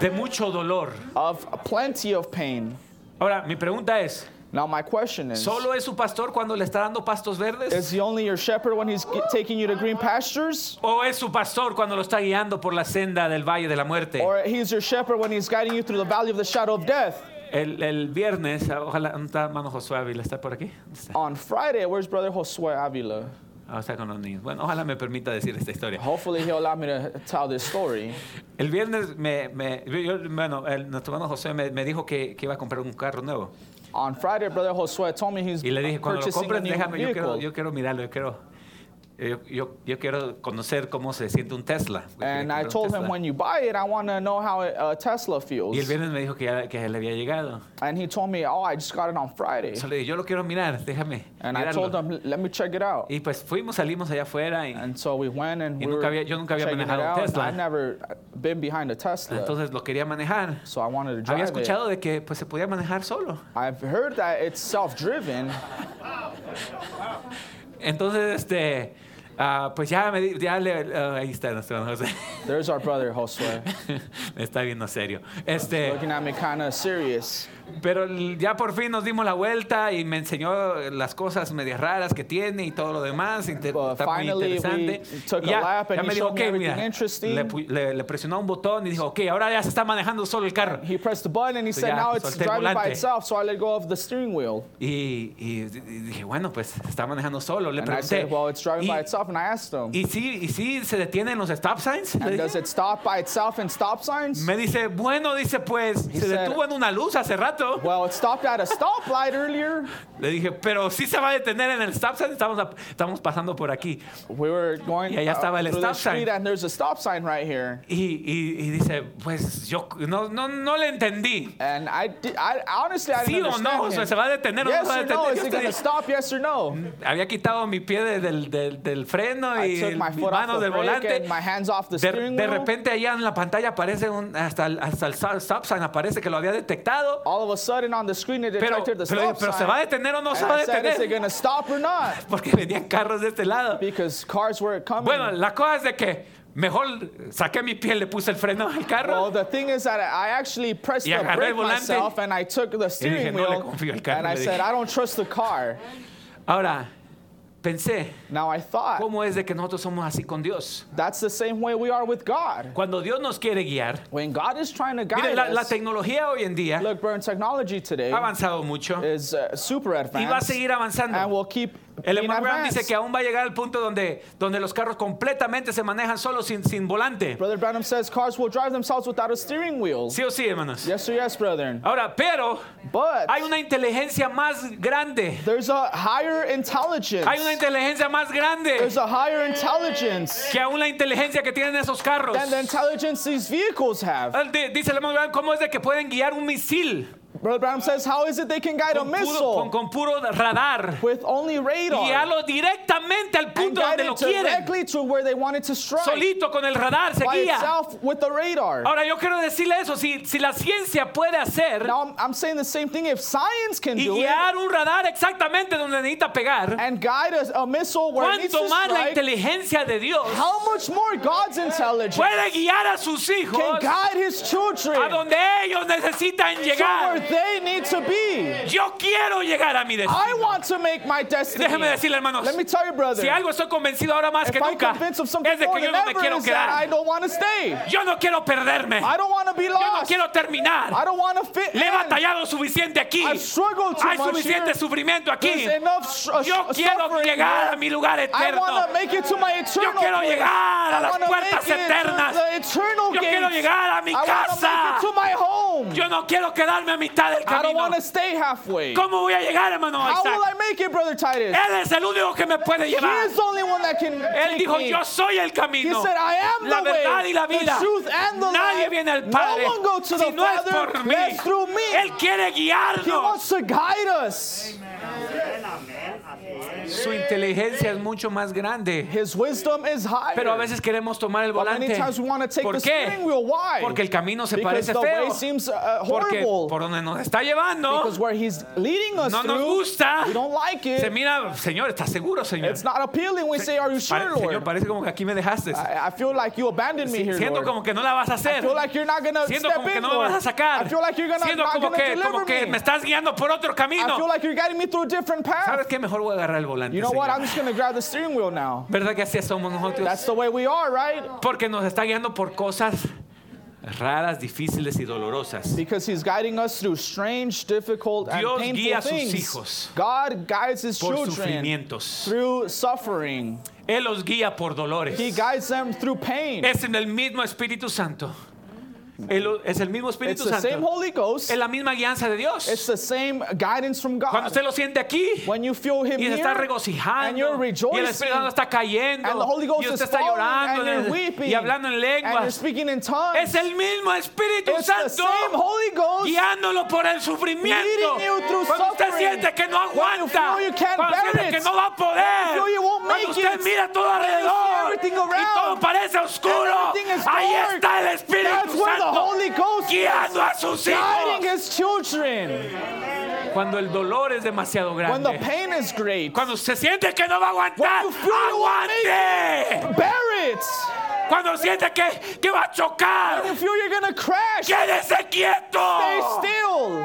Speaker 9: de mucho dolor.
Speaker 6: of plenty of pain.
Speaker 9: Ahora, mi pregunta es,
Speaker 6: Now my question is,
Speaker 9: ¿solo es su pastor cuando le está dando pastos verdes?
Speaker 6: is he only your shepherd when he's g- taking you to green pastures?
Speaker 9: ¿O es su pastor cuando lo está guiando por la senda del Valle de la Muerte?
Speaker 6: Or he's your shepherd when he's guiding you through the valley of the shadow of death?
Speaker 9: El, el viernes, ah, ojalá, ¿dónde está mano Josué Ávila? ¿Está por aquí? ¿Dónde está?
Speaker 6: On Friday, where's Brother Josue Avila?
Speaker 9: Ah, está con los niños. Bueno, ojalá me permita decir esta historia.
Speaker 6: Hopefully he'll allow me to tell this story.
Speaker 9: El viernes, me, me- yo- yo- bueno, el- nuestro hermano José me, me dijo que, que iba a comprar un carro nuevo.
Speaker 6: On Friday, Brother Josue told me he's
Speaker 9: Y le dije, cuando lo
Speaker 6: purchasing
Speaker 9: compres,
Speaker 6: a new
Speaker 9: déjame, yo
Speaker 6: vehicle.
Speaker 9: quiero, yo quiero mirarlo, yo quiero, yo, yo- yo quiero conocer cómo se siente un Tesla. Yo quería
Speaker 6: and I
Speaker 9: comprar un
Speaker 6: told him
Speaker 9: Tesla.
Speaker 6: when you buy it, I want to know how a uh, Tesla feels.
Speaker 9: Y el viernes me dijo que ya, que ya le había llegado.
Speaker 6: And he told me, oh, I just got it on Friday.
Speaker 9: Solo le dije, yo lo quiero mirar, déjame
Speaker 6: And I
Speaker 9: mirarlo".
Speaker 6: told him, let me check it out.
Speaker 9: Y pues fuimos, salimos allá afuera y
Speaker 6: And so we went and we
Speaker 9: Y
Speaker 6: were
Speaker 9: nunca había- yo nunca había
Speaker 6: checking it
Speaker 9: manejado un
Speaker 6: out. and
Speaker 9: Tesla.
Speaker 6: I've never uh, been behind a Tesla.
Speaker 9: entonces lo quería manejar.
Speaker 6: so I wanted to uh, drive
Speaker 9: Había
Speaker 6: it.
Speaker 9: escuchado de que pues se podía manejar solo.
Speaker 6: I've heard that it's self-driven.
Speaker 9: Entonces, este, ah, pues ya me, di- ya le, ah, ahí está nuestro hermano José.
Speaker 6: There's our brother Josue
Speaker 9: me está viendo serio. Este,
Speaker 6: Pues, looking at me kind of serious.
Speaker 9: Pero el- ya por fin nos dimos la vuelta y me enseñó las cosas medias raras que tiene y todo lo demás. Inter-
Speaker 6: Well,
Speaker 9: está muy
Speaker 6: finally we
Speaker 9: interesante.
Speaker 6: took a
Speaker 9: Y ya,
Speaker 6: lap and
Speaker 9: ya
Speaker 6: he
Speaker 9: me dijo,
Speaker 6: showed
Speaker 9: ok,
Speaker 6: me everything
Speaker 9: mira,
Speaker 6: interesting."
Speaker 9: le, pu- le- le presionó un botón y dijo, ok, ahora ya se está manejando solo el carro.
Speaker 6: He pressed the button and he
Speaker 9: So
Speaker 6: said,
Speaker 9: ya,
Speaker 6: now it's
Speaker 9: solté el
Speaker 6: driving by
Speaker 9: volante.
Speaker 6: itself, so I let go of the steering wheel.
Speaker 9: Y, y- y dije, bueno, pues está manejando solo. Le
Speaker 6: And I
Speaker 9: pregunté,
Speaker 6: said, well, it's driving
Speaker 9: "¿Y-
Speaker 6: by itself. And I asked him,
Speaker 9: ¿Y sí, ¿Y sí se detiene en los stop signs? Le
Speaker 6: and does
Speaker 9: dije.
Speaker 6: it stop by itself in stop signs?
Speaker 9: Me dice, bueno, dice pues,
Speaker 6: He
Speaker 9: se
Speaker 6: said-
Speaker 9: detuvo en una luz hace rato.
Speaker 6: Well, it stopped at a stoplight earlier.
Speaker 9: Le dije, pero sí se va a detener en el stop sign, estamos, a- estamos pasando por aquí.
Speaker 6: We were going uh,
Speaker 9: Y allá estaba el
Speaker 6: through the
Speaker 9: stop sign.
Speaker 6: street, and there's a stop sign right here.
Speaker 9: Y, y- y dice, pues yo no, no, no le entendí.
Speaker 6: And I, di- I honestly, I
Speaker 9: Sí
Speaker 6: didn't
Speaker 9: o no, o sea,
Speaker 6: understand
Speaker 9: se
Speaker 6: him.
Speaker 9: va a detener o no
Speaker 6: Yes
Speaker 9: se va a
Speaker 6: or no? Is
Speaker 9: detener. Yo
Speaker 6: it going to
Speaker 9: tenía-
Speaker 6: stop? Yes or no?
Speaker 9: había quitado mi pie de- del, del- del freno
Speaker 6: I
Speaker 9: y
Speaker 6: took my
Speaker 9: mis
Speaker 6: foot off
Speaker 9: manos
Speaker 6: the
Speaker 9: del
Speaker 6: brake
Speaker 9: volante.
Speaker 6: and my hands off the
Speaker 9: De,
Speaker 6: steering
Speaker 9: de
Speaker 6: wheel.
Speaker 9: repente allá en la pantalla aparece un, hasta, el- hasta el stop sign, aparece que lo había detectado.
Speaker 6: All of a sudden on the screen, it
Speaker 9: Pero,
Speaker 6: detected the
Speaker 9: pero-
Speaker 6: stop
Speaker 9: pero se
Speaker 6: sign.
Speaker 9: va a detener o no se
Speaker 6: And
Speaker 9: va a
Speaker 6: I said, is it
Speaker 9: detener.
Speaker 6: going to stop or not?
Speaker 9: Porque venían carros de este lado.
Speaker 6: Because cars weren't coming.
Speaker 9: Bueno, la cosa es de que mejor saqué mi pie, le puse el freno al
Speaker 6: Well,
Speaker 9: carro.
Speaker 6: the thing is that I actually pressed
Speaker 9: Y
Speaker 6: the
Speaker 9: agarré
Speaker 6: brake
Speaker 9: el volante.
Speaker 6: myself and I took the steering
Speaker 9: "No le
Speaker 6: wheel
Speaker 9: confío al carro",
Speaker 6: and I
Speaker 9: le
Speaker 6: said,
Speaker 9: dije.
Speaker 6: I don't trust the car.
Speaker 9: Ahora, pensé,
Speaker 6: Now I thought,
Speaker 9: ¿cómo es de que nosotros somos así con Dios?
Speaker 6: that's the same way we are with God.
Speaker 9: Cuando Dios nos quiere guiar,
Speaker 6: When God is trying to
Speaker 9: mire,
Speaker 6: guide
Speaker 9: la, la
Speaker 6: us,
Speaker 9: tecnología hoy en día
Speaker 6: look, burn technology today
Speaker 9: ha avanzado mucho
Speaker 6: is uh, super
Speaker 9: y va a
Speaker 6: advanced
Speaker 9: seguir
Speaker 6: and
Speaker 9: avanzando.
Speaker 6: will keep
Speaker 9: El
Speaker 6: being
Speaker 9: hermano Brown dice
Speaker 6: advanced.
Speaker 9: que aún va a llegar al punto donde, donde los carros completamente se manejan solos sin, sin volante.
Speaker 6: Brother Branham says cars will drive themselves without a steering wheel.
Speaker 9: Sí o sí, hermanos.
Speaker 6: Yes or yes, brethren.
Speaker 9: Ahora, pero
Speaker 6: But
Speaker 9: hay una inteligencia más grande.
Speaker 6: there's a higher intelligence.
Speaker 9: Hay una inteligencia más grande
Speaker 6: There's a higher intelligence
Speaker 9: que aún la inteligencia que tienen esos carros.
Speaker 6: than the intelligence these vehicles have.
Speaker 9: Él di- Dice el hermano Branham, ¿cómo es de que pueden guiar un misil
Speaker 6: Brother Branham says, how is it they can guide a
Speaker 9: con puro, con-
Speaker 6: missile
Speaker 9: con puro radar?
Speaker 6: with only radar
Speaker 9: Guiarlo directamente al
Speaker 6: and
Speaker 9: punto
Speaker 6: guide
Speaker 9: donde
Speaker 6: it
Speaker 9: lo quieren.
Speaker 6: directly to where they want it to strike
Speaker 9: Solito con el radar se
Speaker 6: by
Speaker 9: guía.
Speaker 6: itself with the radar?
Speaker 9: Ahora yo quiero decirle eso, si, si la ciencia puede hacer
Speaker 6: Now I'm, I'm saying the same thing. If science can
Speaker 9: y
Speaker 6: do it
Speaker 9: guiar un radar exactamente donde necesita pegar,
Speaker 6: and guide a, a missile where it needs to
Speaker 9: ¿cuánto más la
Speaker 6: strike,
Speaker 9: inteligencia de Dios
Speaker 6: how much more God's intelligence
Speaker 9: puede guiar a sus hijos
Speaker 6: can guide His
Speaker 9: a
Speaker 6: children
Speaker 9: donde ellos necesitan
Speaker 6: to where
Speaker 9: llegar?
Speaker 6: they need to be?
Speaker 9: Yo quiero llegar a mi destino.
Speaker 6: I want to make my destiny.
Speaker 9: Déjeme decirle, hermanos,
Speaker 6: Let me tell you, brother.
Speaker 9: Si algo estoy convencido ahora más
Speaker 6: if
Speaker 9: que
Speaker 6: I'm
Speaker 9: nunca,
Speaker 6: convinced of something
Speaker 9: es de
Speaker 6: more
Speaker 9: que yo
Speaker 6: than
Speaker 9: no me
Speaker 6: ever,
Speaker 9: quiero
Speaker 6: is that I
Speaker 9: quedar.
Speaker 6: don't want to stay.
Speaker 9: Yo no quiero perderme.
Speaker 6: I
Speaker 9: Yo
Speaker 6: don't want to be
Speaker 9: no
Speaker 6: lost.
Speaker 9: quiero terminar.
Speaker 6: I don't want to fit
Speaker 9: Le he
Speaker 6: in.
Speaker 9: batallado suficiente aquí.
Speaker 6: I've struggled too
Speaker 9: Hay
Speaker 6: much
Speaker 9: suficiente
Speaker 6: here.
Speaker 9: sufrimiento aquí.
Speaker 6: There's enough s- uh,
Speaker 9: Yo
Speaker 6: s-
Speaker 9: quiero
Speaker 6: suffering
Speaker 9: llegar a
Speaker 6: here.
Speaker 9: mi lugar
Speaker 6: I
Speaker 9: eterno.
Speaker 6: want to make it to my
Speaker 9: Yo
Speaker 6: eternal
Speaker 9: quiero
Speaker 6: place.
Speaker 9: llegar a
Speaker 6: I
Speaker 9: las
Speaker 6: wanna
Speaker 9: puertas
Speaker 6: make it to
Speaker 9: eternas.
Speaker 6: the eternal
Speaker 9: Yo quiero
Speaker 6: gates.
Speaker 9: llegar a mi
Speaker 6: I wanna
Speaker 9: casa.
Speaker 6: make it to my home.
Speaker 9: Yo no quiero quedarme a mitad del
Speaker 6: I don't
Speaker 9: camino.
Speaker 6: want to stay halfway.
Speaker 9: ¿Cómo voy a llegar, hermano
Speaker 6: How will I
Speaker 9: Isaac?
Speaker 6: make it, Brother Titus?
Speaker 9: Él es el único que me puede
Speaker 6: He
Speaker 9: llevar.
Speaker 6: is the only one that can
Speaker 9: Él
Speaker 6: take
Speaker 9: dijo,
Speaker 6: me.
Speaker 9: yo soy el
Speaker 6: He
Speaker 9: camino.
Speaker 6: said, I am
Speaker 9: la
Speaker 6: the
Speaker 9: verdad
Speaker 6: way,
Speaker 9: y la
Speaker 6: the
Speaker 9: vida.
Speaker 6: truth and the
Speaker 9: Nadie
Speaker 6: life.
Speaker 9: viene al
Speaker 6: No
Speaker 9: Padre
Speaker 6: one go to
Speaker 9: si
Speaker 6: the
Speaker 9: no es
Speaker 6: Father
Speaker 9: por mí.
Speaker 6: unless through me.
Speaker 9: Él quiere
Speaker 6: He
Speaker 9: guiarnos.
Speaker 6: wants to guide us.
Speaker 7: Amén, amén, amén.
Speaker 9: Su inteligencia es mucho más grande.
Speaker 6: His wisdom is higher.
Speaker 9: Pero a veces queremos tomar el
Speaker 6: But
Speaker 9: volante.
Speaker 6: many times we want to take
Speaker 9: ¿Por
Speaker 6: the steering
Speaker 9: qué?
Speaker 6: wheel. Why?
Speaker 9: Porque el camino se
Speaker 6: because
Speaker 9: parece
Speaker 6: the way
Speaker 9: feo.
Speaker 6: seems uh,
Speaker 9: Porque
Speaker 6: horrible.
Speaker 9: por donde nos está llevando,
Speaker 6: because where he's leading us
Speaker 9: No nos
Speaker 6: through,
Speaker 9: gusta.
Speaker 6: we don't like
Speaker 9: se
Speaker 6: it.
Speaker 9: mira, Señor, ¿estás seguro, Señor?
Speaker 6: It's not appealing. We say, "Are you
Speaker 9: Pare-
Speaker 6: sure,
Speaker 9: señor,
Speaker 6: Lord?" Ah,
Speaker 9: parece como que aquí me dejaste.
Speaker 6: I, I feel like you abandoned me here,
Speaker 9: Siento
Speaker 6: Lord.
Speaker 9: como que no la vas a
Speaker 6: I
Speaker 9: hacer.
Speaker 6: feel like you're not gonna
Speaker 9: Siento
Speaker 6: step
Speaker 9: como que
Speaker 6: in,
Speaker 9: no me
Speaker 6: Lord.
Speaker 9: vas a
Speaker 6: I
Speaker 9: sacar.
Speaker 6: feel like you're gonna,
Speaker 9: Siento
Speaker 6: not
Speaker 9: como
Speaker 6: gonna
Speaker 9: que,
Speaker 6: deliver
Speaker 9: como que
Speaker 6: me.
Speaker 9: me estás guiando por otro
Speaker 6: I feel
Speaker 9: camino.
Speaker 6: like you're guiding me through a different path.
Speaker 9: ¿Sabes qué? Mejor voy a agarrar el volante.
Speaker 6: you know what?
Speaker 9: señor.
Speaker 6: I'm just gonna grab the steering wheel now.
Speaker 9: ¿Verdad que así somos nosotros?
Speaker 6: That's the way we are, right?
Speaker 9: Porque nos está guiando por cosas raras, difíciles y dolorosas.
Speaker 6: Because he's guiding us through strange, difficult,
Speaker 9: Dios
Speaker 6: and painful
Speaker 9: guía a sus
Speaker 6: things.
Speaker 9: hijos
Speaker 6: God guides his
Speaker 9: Por
Speaker 6: children
Speaker 9: sufrimientos.
Speaker 6: through suffering.
Speaker 9: Él los guía por dolores.
Speaker 6: He guides them through pain.
Speaker 9: Es en el mismo Espíritu Santo. El- es el mismo Espíritu
Speaker 6: It's the same
Speaker 9: Santo.
Speaker 6: Holy Ghost.
Speaker 9: Es la misma guianza de
Speaker 6: It's
Speaker 9: Dios.
Speaker 6: the same guidance from
Speaker 9: Cuando
Speaker 6: God.
Speaker 9: usted lo siente aquí
Speaker 6: When you feel Him
Speaker 9: y se
Speaker 6: here,
Speaker 9: está
Speaker 6: and you're
Speaker 9: regocijando y el Espíritu
Speaker 6: rejoicing,
Speaker 9: Santo está
Speaker 6: and the
Speaker 9: cayendo
Speaker 6: Holy Ghost
Speaker 9: y
Speaker 6: is
Speaker 9: usted está
Speaker 6: falling,
Speaker 9: llorando
Speaker 6: and you're
Speaker 9: en-
Speaker 6: weeping,
Speaker 9: y hablando en
Speaker 6: and you're
Speaker 9: lenguas.
Speaker 6: speaking in tongues,
Speaker 9: Es el mismo Espíritu
Speaker 6: it's the
Speaker 9: Santo
Speaker 6: same Holy Ghost
Speaker 9: guiándolo por el sufrimiento.
Speaker 6: leading you through
Speaker 9: Cuando usted
Speaker 6: suffering.
Speaker 9: siente que no
Speaker 6: When you
Speaker 9: aguanta,
Speaker 6: feel you can't
Speaker 9: cuando
Speaker 6: bear
Speaker 9: siente
Speaker 6: it.
Speaker 9: que no va a poder,
Speaker 6: feel you won't
Speaker 9: cuando
Speaker 6: make
Speaker 9: usted
Speaker 6: it.
Speaker 9: mira todo
Speaker 6: When you see
Speaker 9: alrededor
Speaker 6: everything
Speaker 9: y
Speaker 6: around,
Speaker 9: todo parece oscuro,
Speaker 6: everything is
Speaker 9: ahí
Speaker 6: dark.
Speaker 9: está el
Speaker 6: That's
Speaker 9: Espíritu
Speaker 6: where the
Speaker 9: Santo
Speaker 6: Holy Ghost
Speaker 9: guiando
Speaker 6: is
Speaker 9: a sus
Speaker 6: guiding
Speaker 9: hijos.
Speaker 6: His children.
Speaker 9: Cuando el dolor es demasiado
Speaker 6: When the
Speaker 9: grande,
Speaker 6: pain is great,
Speaker 9: cuando se siente que no va a aguantar,
Speaker 6: When you feel you won't
Speaker 9: aguante.
Speaker 6: bear it.
Speaker 9: Cuando siente que, que va a chocar,
Speaker 6: When you feel you're gonna crash,
Speaker 9: quédese quieto.
Speaker 6: stay still.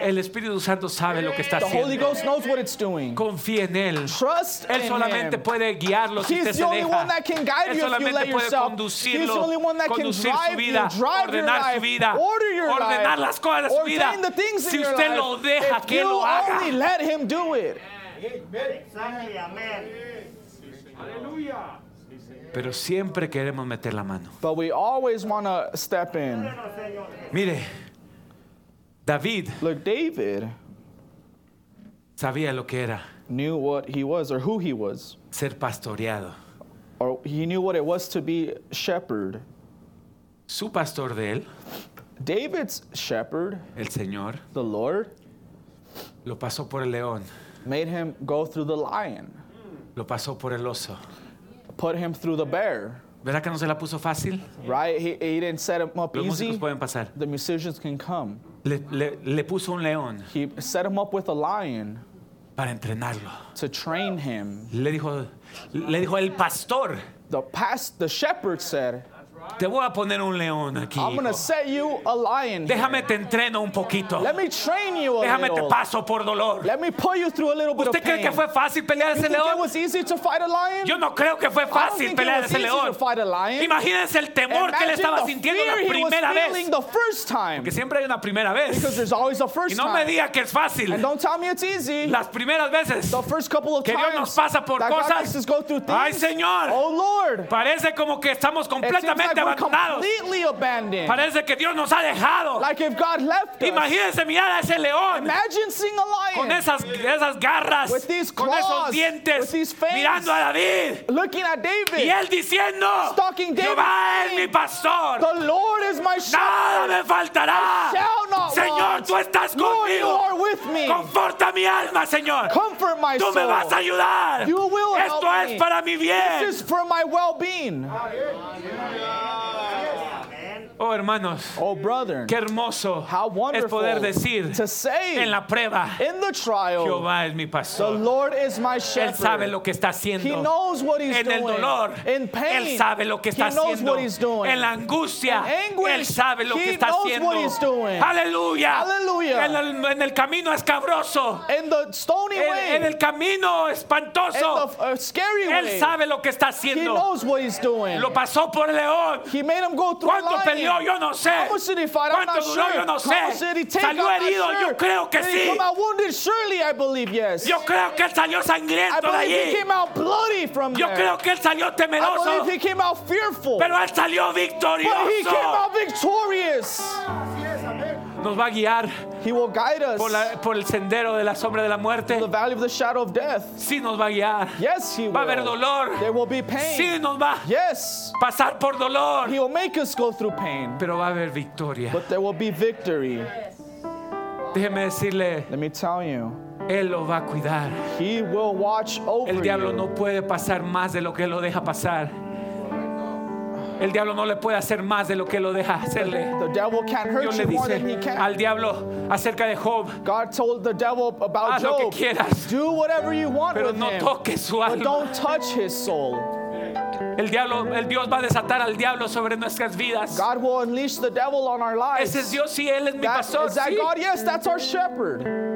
Speaker 9: El Espíritu Santo sabe lo que está
Speaker 6: The Holy
Speaker 9: haciendo.
Speaker 6: Ghost knows what it's doing.
Speaker 9: Confía en Él.
Speaker 6: Trust
Speaker 9: Él
Speaker 6: in
Speaker 9: solamente
Speaker 6: him.
Speaker 9: puede guiarlo si
Speaker 6: He's
Speaker 9: usted se
Speaker 6: the only
Speaker 9: deja.
Speaker 6: one that can guide
Speaker 9: Él
Speaker 6: you if you
Speaker 9: solamente
Speaker 6: let
Speaker 9: puede
Speaker 6: yourself. He's the
Speaker 9: conducirlo,
Speaker 6: only one that can
Speaker 9: conducir su
Speaker 6: drive you,
Speaker 9: vida,
Speaker 6: drive your
Speaker 9: ordenar su
Speaker 6: life,
Speaker 9: vida,
Speaker 6: order your life,
Speaker 9: ordenar las cosas de su vida.
Speaker 6: ordain the things
Speaker 9: Si
Speaker 6: in your
Speaker 9: usted lo
Speaker 6: life.
Speaker 9: deja,
Speaker 6: If
Speaker 9: que
Speaker 6: you
Speaker 9: lo haga.
Speaker 6: only let him do it.
Speaker 7: Exacto, amén.
Speaker 9: Pero siempre queremos meter la mano.
Speaker 6: But we always want to step in.
Speaker 7: Bueno, Señor.
Speaker 9: Mire, David
Speaker 6: Look, David
Speaker 9: sabía lo que era
Speaker 6: knew what he was or who he was,
Speaker 9: ser pastoreado.
Speaker 6: or he knew what it was to be shepherd.
Speaker 9: Su pastor de él,
Speaker 6: David's shepherd,
Speaker 9: el Señor,
Speaker 6: the Lord,
Speaker 9: lo pasó por el león,
Speaker 6: made him go through the lion,
Speaker 9: lo pasó por el oso.
Speaker 6: put him through the bear.
Speaker 9: ¿Verdad que no se la puso fácil?
Speaker 6: Right? He, he didn't set him up
Speaker 9: Los músicos
Speaker 6: easy.
Speaker 9: pueden pasar.
Speaker 6: The musicians can come.
Speaker 9: Le, le- le puso un león
Speaker 6: He set him up with a lion
Speaker 9: para entrenarlo.
Speaker 6: to train him.
Speaker 9: Le dijo, le dijo el pastor,
Speaker 6: The past, the shepherd said,
Speaker 9: te voy a poner un león aquí.
Speaker 6: "I'm gonna
Speaker 9: hijo.
Speaker 6: set you a lion. here.
Speaker 9: Déjame te entreno un poquito.
Speaker 6: Let me train you a
Speaker 9: Déjame te
Speaker 6: little.
Speaker 9: paso por dolor.
Speaker 6: Let me put you through a little bit
Speaker 9: ¿Usted
Speaker 6: of
Speaker 9: cree
Speaker 6: pain."
Speaker 9: que fue fácil pelear
Speaker 6: you
Speaker 9: ese
Speaker 6: think it
Speaker 9: león?
Speaker 6: was easy to fight a lion?
Speaker 9: Yo no creo que fue
Speaker 6: I don't
Speaker 9: fácil
Speaker 6: think it
Speaker 9: pelear
Speaker 6: was
Speaker 9: ese
Speaker 6: easy to
Speaker 9: león.
Speaker 6: fight a lion.
Speaker 9: Imagínense el temor que él
Speaker 6: Imagine
Speaker 9: estaba
Speaker 6: the
Speaker 9: sintiendo la
Speaker 6: fear he was
Speaker 9: primera
Speaker 6: feeling
Speaker 9: vez.
Speaker 6: the first time.
Speaker 9: Que siempre hay una primera
Speaker 6: Because
Speaker 9: vez.
Speaker 6: there's always a first
Speaker 9: Y no me
Speaker 6: time.
Speaker 9: diga que es fácil.
Speaker 6: And don't tell me it's easy.
Speaker 9: Las primeras veces
Speaker 6: the first couple of
Speaker 9: que Dios
Speaker 6: times
Speaker 9: nos pasa por
Speaker 6: that God makes
Speaker 9: cosas.
Speaker 6: us go through things.
Speaker 9: Ay, Señor.
Speaker 6: Oh Lord.
Speaker 9: Parece como que estamos
Speaker 6: It seems like
Speaker 9: completamente
Speaker 6: we're
Speaker 9: abandonados.
Speaker 6: completely abandoned.
Speaker 9: Parece que Dios nos ha dejado.
Speaker 6: Like if God left us.
Speaker 9: Imagínense mirar a ese león
Speaker 6: Imagine seeing a lion
Speaker 9: con esas, esas garras,
Speaker 6: With these
Speaker 9: con esos
Speaker 6: claws,
Speaker 9: dientes,
Speaker 6: with these fangs.
Speaker 9: mirando a David.
Speaker 6: looking at David.
Speaker 9: Y él diciendo,
Speaker 6: Stalking David,
Speaker 9: Jehová es mi
Speaker 6: saying,
Speaker 9: pastor,
Speaker 6: The Lord is my shepherd.
Speaker 9: nada me faltará.
Speaker 6: shall not
Speaker 9: Señor,
Speaker 6: want.
Speaker 9: tú estás
Speaker 6: Lord, you
Speaker 9: conmigo.
Speaker 6: are with me.
Speaker 9: Conforta mi alma, Señor.
Speaker 6: Comfort my
Speaker 9: Tú
Speaker 6: soul.
Speaker 9: me vas a ayudar.
Speaker 6: You will help
Speaker 9: Esto es
Speaker 6: me.
Speaker 9: para mi bien.
Speaker 6: This is for my well-being.
Speaker 9: Oh, hermanos,
Speaker 6: Oh, brethren,
Speaker 9: qué hermoso
Speaker 6: how
Speaker 9: es
Speaker 6: wonderful
Speaker 9: poder decir
Speaker 6: to say
Speaker 9: en la prueba,
Speaker 6: in the trial,
Speaker 9: Jehová es mi
Speaker 6: the
Speaker 9: pastor.
Speaker 6: Lord is my
Speaker 9: Él sabe
Speaker 6: shepherd.
Speaker 9: lo que está
Speaker 6: He
Speaker 9: haciendo.
Speaker 6: knows what he's
Speaker 9: En el
Speaker 6: doing.
Speaker 9: dolor,
Speaker 6: in pain,
Speaker 9: Él sabe lo que está
Speaker 6: he knows
Speaker 9: haciendo.
Speaker 6: what he's doing.
Speaker 9: En la angustia,
Speaker 6: In anguish,
Speaker 9: Él sabe lo
Speaker 6: he
Speaker 9: que está
Speaker 6: knows
Speaker 9: haciendo.
Speaker 6: what he's doing.
Speaker 9: Aleluya.
Speaker 6: Aleluya.
Speaker 9: En el, en el camino escabroso,
Speaker 6: in the stony
Speaker 9: en,
Speaker 6: way,
Speaker 9: en el camino
Speaker 6: in the
Speaker 9: espantoso,
Speaker 6: uh, scary way,
Speaker 9: Él sabe lo que está
Speaker 6: he
Speaker 9: haciendo.
Speaker 6: knows what he's doing.
Speaker 9: Lo pasó por el león.
Speaker 6: He made him go through a
Speaker 9: ¿Cuánto
Speaker 6: lion.
Speaker 9: peleó? Yo no sé.
Speaker 6: How much did he fight? I'm not
Speaker 9: ¿Cuánto duró?
Speaker 6: sure.
Speaker 9: Yo no
Speaker 6: How much did he
Speaker 9: sé.
Speaker 6: take?
Speaker 9: Salió
Speaker 6: I'm not
Speaker 9: herido.
Speaker 6: sure.
Speaker 9: Yo creo que
Speaker 6: Did he
Speaker 9: sí.
Speaker 6: come out wounded? Surely, I believe yes.
Speaker 9: Yo creo que él salió
Speaker 6: I
Speaker 9: sangriento de
Speaker 6: believe he
Speaker 9: allí.
Speaker 6: came out bloody from
Speaker 9: Yo
Speaker 6: there.
Speaker 9: creo que él salió
Speaker 6: I
Speaker 9: temeroso.
Speaker 6: believe he came out fearful.
Speaker 9: Pero él salió
Speaker 6: but he came
Speaker 9: victorioso.
Speaker 6: out victorious.
Speaker 9: Nos va a guiar
Speaker 6: He will guide us
Speaker 9: por, la- por el sendero de la sombra de la muerte.
Speaker 6: the valley of the shadow of death.
Speaker 9: Sí nos va a guiar.
Speaker 6: Yes, he will.
Speaker 9: Va a haber dolor.
Speaker 6: There will be pain.
Speaker 9: Sí nos va a
Speaker 6: Yes,
Speaker 9: pasar por dolor.
Speaker 6: he will make us go through pain.
Speaker 9: Pero va a haber victoria.
Speaker 6: But there will be victory.
Speaker 9: Déjeme decirle,
Speaker 6: Let me tell you,
Speaker 9: él lo va a cuidar.
Speaker 6: he will watch over
Speaker 9: El diablo
Speaker 6: you.
Speaker 9: no puede pasar más de lo que lo deja pasar. El diablo no le puede hacer más de lo que lo deja hacerle.
Speaker 6: The devil can't hurt
Speaker 9: Dios le
Speaker 6: you more than he
Speaker 9: dice
Speaker 6: can.
Speaker 9: al diablo acerca de Job,
Speaker 6: God told the devil about
Speaker 9: Haz lo que
Speaker 6: Job,
Speaker 9: quieras.
Speaker 6: do whatever you want
Speaker 9: pero
Speaker 6: with
Speaker 9: no
Speaker 6: him,
Speaker 9: toques su
Speaker 6: but
Speaker 9: alma.
Speaker 6: don't touch his soul.
Speaker 9: El diablo, el Dios va a desatar al diablo sobre nuestras vidas.
Speaker 6: God will unleash the devil on our lives.
Speaker 9: Ese es Dios y él es mi
Speaker 6: That-
Speaker 9: pastor.
Speaker 6: is that
Speaker 9: sí.
Speaker 6: God? Yes, that's our shepherd.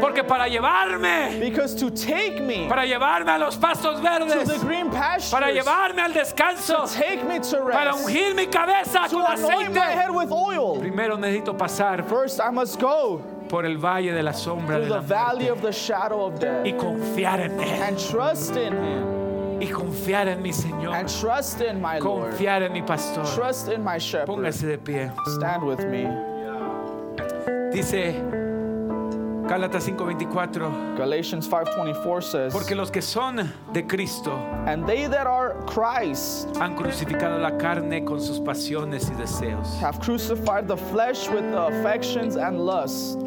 Speaker 9: porque para llevarme,
Speaker 6: Because to take me
Speaker 9: para llevarme a los pastos
Speaker 6: to the
Speaker 9: verdes,
Speaker 6: green pastures,
Speaker 9: para llevarme al descanso,
Speaker 6: take me to
Speaker 9: para
Speaker 6: rest,
Speaker 9: ungir mi cabeza
Speaker 6: to
Speaker 9: con
Speaker 6: anoint my
Speaker 9: aceite.
Speaker 6: head with oil.
Speaker 9: Primero necesito pasar
Speaker 6: First, I must go
Speaker 9: por el valle de la sombra
Speaker 6: through
Speaker 9: de la
Speaker 6: the valley
Speaker 9: muerte
Speaker 6: of the shadow of
Speaker 9: y
Speaker 6: death
Speaker 9: confiar en él.
Speaker 6: and trust in him
Speaker 9: y confiar en mi Señor,
Speaker 6: and trust in my Lord.
Speaker 9: confiar en mi pastor.
Speaker 6: Trust in my shepherd.
Speaker 9: Póngase de pie.
Speaker 6: Stand with me.
Speaker 9: Dice Gálatas 5:24,
Speaker 6: Galatians 5:24 says,
Speaker 9: porque los que son de Cristo
Speaker 6: And they that are Christ
Speaker 9: han crucificado la carne con sus pasiones y deseos.
Speaker 6: have crucified the flesh with the affections and lusts.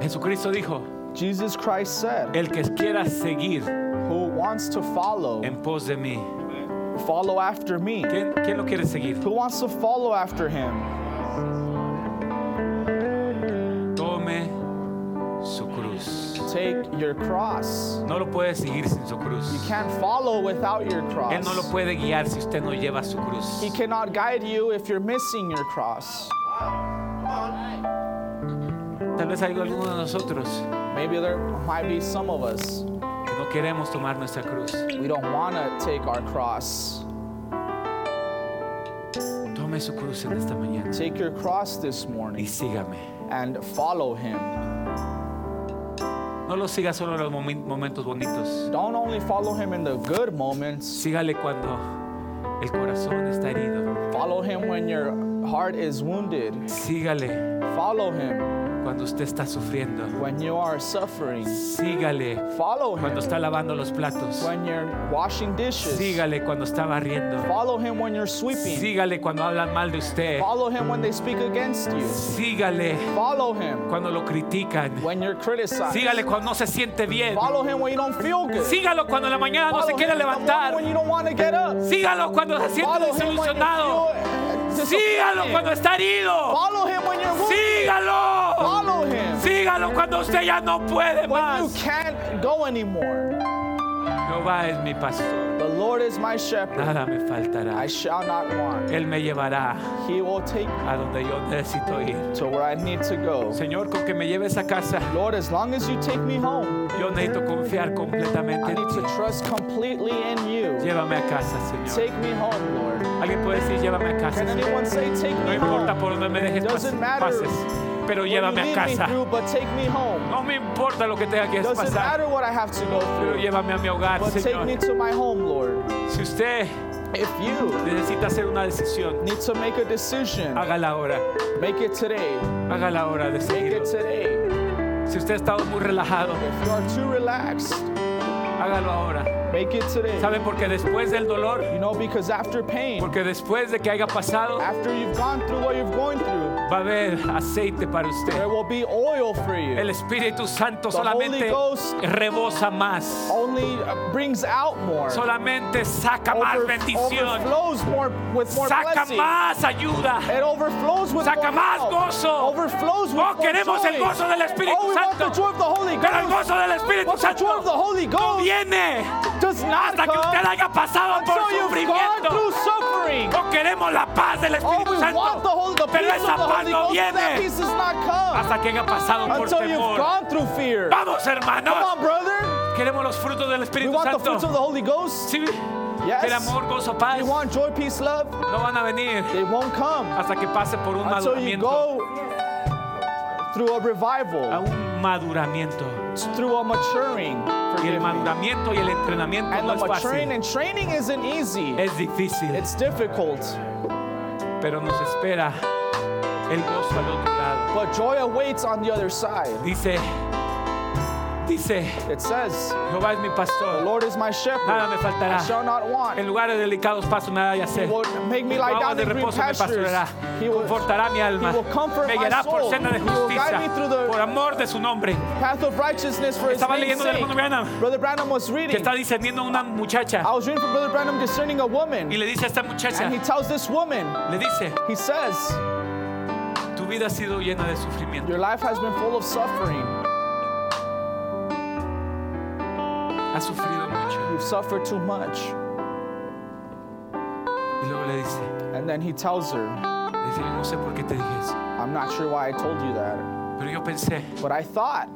Speaker 9: Jesucristo dijo,
Speaker 6: Jesus Christ said,
Speaker 9: el que quiera seguir
Speaker 6: Who wants to follow,
Speaker 9: en pos de mí.
Speaker 6: follow after me.
Speaker 9: ¿Quién, quién lo quiere seguir?
Speaker 6: Who wants to follow after him?
Speaker 9: Tome su cruz.
Speaker 6: Take your cross.
Speaker 9: No lo puede seguir sin su
Speaker 6: You
Speaker 9: cruz.
Speaker 6: can't follow without your
Speaker 9: Él no lo
Speaker 6: cross.
Speaker 9: puede guiar si usted no lleva su cruz.
Speaker 6: He cannot guide you if you're missing your cross.
Speaker 9: Tal vez hay alguno de nosotros
Speaker 6: Maybe there might be some of us
Speaker 9: que no queremos tomar nuestra cruz.
Speaker 6: we don't want to take our cross.
Speaker 9: Tome su cruz en esta mañana
Speaker 6: Take your cross this
Speaker 9: y
Speaker 6: morning
Speaker 9: sígame.
Speaker 6: and follow him.
Speaker 9: No lo siga solo en los momen- momentos bonitos.
Speaker 6: Don't only follow him in the good moments,
Speaker 9: Sígale cuando el corazón está herido.
Speaker 6: follow him when your heart is wounded.
Speaker 9: Sígale
Speaker 6: Follow him
Speaker 9: cuando usted está sufriendo.
Speaker 6: when you are suffering.
Speaker 9: Sígale
Speaker 6: Follow him
Speaker 9: cuando está lavando los platos.
Speaker 6: when you're washing dishes.
Speaker 9: Sígale cuando está barriendo.
Speaker 6: Follow him when you're sweeping.
Speaker 9: Sígale cuando hablan mal de usted.
Speaker 6: Follow him when they speak against you.
Speaker 9: Sígale
Speaker 6: Follow him
Speaker 9: cuando lo critican.
Speaker 6: when you're criticized.
Speaker 9: Sígale cuando no se siente bien.
Speaker 6: Follow him when you don't feel good.
Speaker 9: Sígalo cuando en la mañana no
Speaker 6: Follow
Speaker 9: se
Speaker 6: him
Speaker 9: quiere
Speaker 6: in the morning when
Speaker 9: levantar.
Speaker 6: you don't want to get up.
Speaker 9: Sígalo cuando se siente
Speaker 6: Follow him when you
Speaker 9: desilusionado.
Speaker 6: feel
Speaker 9: Sígalo
Speaker 6: disappointed.
Speaker 9: cuando está herido.
Speaker 6: Follow him when you're wounded.
Speaker 9: Sígalo.
Speaker 6: Follow him
Speaker 9: Sígalo cuando usted ya no puede
Speaker 6: when you
Speaker 9: más.
Speaker 6: can't go anymore.
Speaker 9: Jehová es mi pastor.
Speaker 6: The Lord is my shepherd.
Speaker 9: Nada me faltará.
Speaker 6: I shall not want.
Speaker 9: Él me llevará
Speaker 6: He will take me
Speaker 9: a donde yo necesito ir.
Speaker 6: to where I need to go.
Speaker 9: Señor, con que me lleves a casa,
Speaker 6: Lord, as long as you take me home,
Speaker 9: yo necesito confiar completamente
Speaker 6: I
Speaker 9: en
Speaker 6: need to
Speaker 9: ti.
Speaker 6: trust completely in you.
Speaker 9: Llévame a casa, Señor.
Speaker 6: Take me home, Lord.
Speaker 9: Alguien puede decir, llévame a casa.
Speaker 6: Can
Speaker 9: Señor"?
Speaker 6: anyone say, take
Speaker 9: No
Speaker 6: me
Speaker 9: importa
Speaker 6: home?
Speaker 9: por donde me dejes pas-
Speaker 6: Doesn't matter
Speaker 9: pases, pero
Speaker 6: What you
Speaker 9: llévame a
Speaker 6: lead me
Speaker 9: casa.
Speaker 6: through, but take me home.
Speaker 9: No me importa lo que tenga que
Speaker 6: Doesn't
Speaker 9: pasar,
Speaker 6: matter what I have to go
Speaker 9: pero
Speaker 6: through,
Speaker 9: llévame a mi hogar,
Speaker 6: but take
Speaker 9: Señor.
Speaker 6: me to my home, Lord.
Speaker 9: Si usted
Speaker 6: If you
Speaker 9: necesita hacer una decisión,
Speaker 6: need to make a decision,
Speaker 9: hágala ahora.
Speaker 6: make it today.
Speaker 9: Hágala ahora,
Speaker 6: Make
Speaker 9: decidirlo.
Speaker 6: it today.
Speaker 9: Si usted ha estado muy relajado,
Speaker 6: If you are too relaxed,
Speaker 9: hágalo ahora.
Speaker 6: make it today.
Speaker 9: ¿Sabe? Porque después del dolor,
Speaker 6: You know, because after pain,
Speaker 9: porque después de que haya pasado,
Speaker 6: after you've gone through what you've going through,
Speaker 9: va a haber aceite para
Speaker 6: there
Speaker 9: usted.
Speaker 6: will be oil for
Speaker 9: El
Speaker 6: you.
Speaker 9: Espíritu Santo
Speaker 6: The Holy
Speaker 9: solamente
Speaker 6: Ghost
Speaker 9: rebosa más.
Speaker 6: Only uh, brings out more.
Speaker 9: Solamente saca más
Speaker 6: Over-
Speaker 9: bendición.
Speaker 6: overflows more with more
Speaker 9: Saca
Speaker 6: blessing.
Speaker 9: más ayuda.
Speaker 6: It overflows with more
Speaker 9: Saca más
Speaker 6: help.
Speaker 9: gozo.
Speaker 6: Overflows with more
Speaker 9: Oh, queremos el
Speaker 6: joy.
Speaker 9: gozo del Espíritu
Speaker 6: oh, we want
Speaker 9: Santo.
Speaker 6: the joy of the Holy Ghost.
Speaker 9: Pero el gozo del Espíritu
Speaker 6: But the joy of the
Speaker 9: Santo
Speaker 6: Holy
Speaker 9: no
Speaker 6: Ghost
Speaker 9: viene
Speaker 6: does not
Speaker 9: hasta que
Speaker 6: come
Speaker 9: usted haya pasado por
Speaker 6: until you've gone
Speaker 9: sufrimiento.
Speaker 6: through suffering.
Speaker 9: No queremos la paz del
Speaker 6: Oh,
Speaker 9: Espíritu
Speaker 6: we want the Holy, the
Speaker 9: Santo, pero
Speaker 6: peace of the
Speaker 9: esa paz
Speaker 6: Holy
Speaker 9: no
Speaker 6: Ghost. That
Speaker 9: viene
Speaker 6: peace does not come
Speaker 9: hasta que haya pasado por
Speaker 6: until you've
Speaker 9: temor.
Speaker 6: gone through fear. Come
Speaker 9: Vamos, hermanos,
Speaker 6: on, brother.
Speaker 9: queremos los frutos del
Speaker 6: We
Speaker 9: Espíritu
Speaker 6: want the fruits of the
Speaker 9: Santo.
Speaker 6: Holy Ghost.
Speaker 9: Sí,
Speaker 6: Yes.
Speaker 9: el amor, gozo, paz
Speaker 6: We want joy, peace, love.
Speaker 9: no van a venir
Speaker 6: They won't come
Speaker 9: hasta que pase por un
Speaker 6: until you
Speaker 9: maduramiento,
Speaker 6: go through a
Speaker 9: a
Speaker 6: revival,
Speaker 9: un maduramiento.
Speaker 6: through a maturing.
Speaker 9: Y el
Speaker 6: forgive me.
Speaker 9: maduramiento y el entrenamiento
Speaker 6: And
Speaker 9: no
Speaker 6: the
Speaker 9: es
Speaker 6: maturing
Speaker 9: fácil,
Speaker 6: and training isn't easy.
Speaker 9: es difícil.
Speaker 6: It's difficult,
Speaker 9: pero nos espera el gozo al otro lado.
Speaker 6: but joy awaits on the other side.
Speaker 9: Dice, dice,
Speaker 6: It says,
Speaker 9: Jehová es mi
Speaker 6: "The
Speaker 9: pastor,
Speaker 6: Lord is my
Speaker 9: nada me
Speaker 6: shepherd; I shall
Speaker 9: faltará.
Speaker 6: not
Speaker 9: En
Speaker 6: want.
Speaker 9: lugares delicados paso nada de
Speaker 6: He
Speaker 9: hacer.
Speaker 6: will make me lie
Speaker 9: Aguas
Speaker 6: down
Speaker 9: de
Speaker 6: in green
Speaker 9: reposo me
Speaker 6: pastures.
Speaker 9: pastorará,
Speaker 6: He will
Speaker 9: confortará mi alma,
Speaker 6: He will comfort
Speaker 9: me
Speaker 6: my
Speaker 9: guiará por
Speaker 6: soul.
Speaker 9: senda de
Speaker 6: He will guide
Speaker 9: justicia,
Speaker 6: me through the-
Speaker 9: por amor de su nombre.
Speaker 6: path of righteousness for His
Speaker 9: Estaba
Speaker 6: name's
Speaker 9: leyendo del
Speaker 6: sake."
Speaker 9: hermano Branham.
Speaker 6: Brother Branham was
Speaker 9: Que
Speaker 6: reading.
Speaker 9: está discerniendo una muchacha
Speaker 6: I was reading from Brother Branham discerning a
Speaker 9: y
Speaker 6: woman,
Speaker 9: le dice a esta muchacha,
Speaker 6: and he tells this woman,
Speaker 9: le dice,
Speaker 6: he says,
Speaker 9: tu vida ha sido llena de sufrimiento,
Speaker 6: "Your life has been full of suffering.
Speaker 9: has sufrido mucho.
Speaker 6: You've suffered too much."
Speaker 9: Y luego le dice,
Speaker 6: And then he tells her,
Speaker 9: le dice, yo no sé por qué te dije eso,
Speaker 6: "I'm not sure why I told you that,
Speaker 9: pero yo pensé,
Speaker 6: but I thought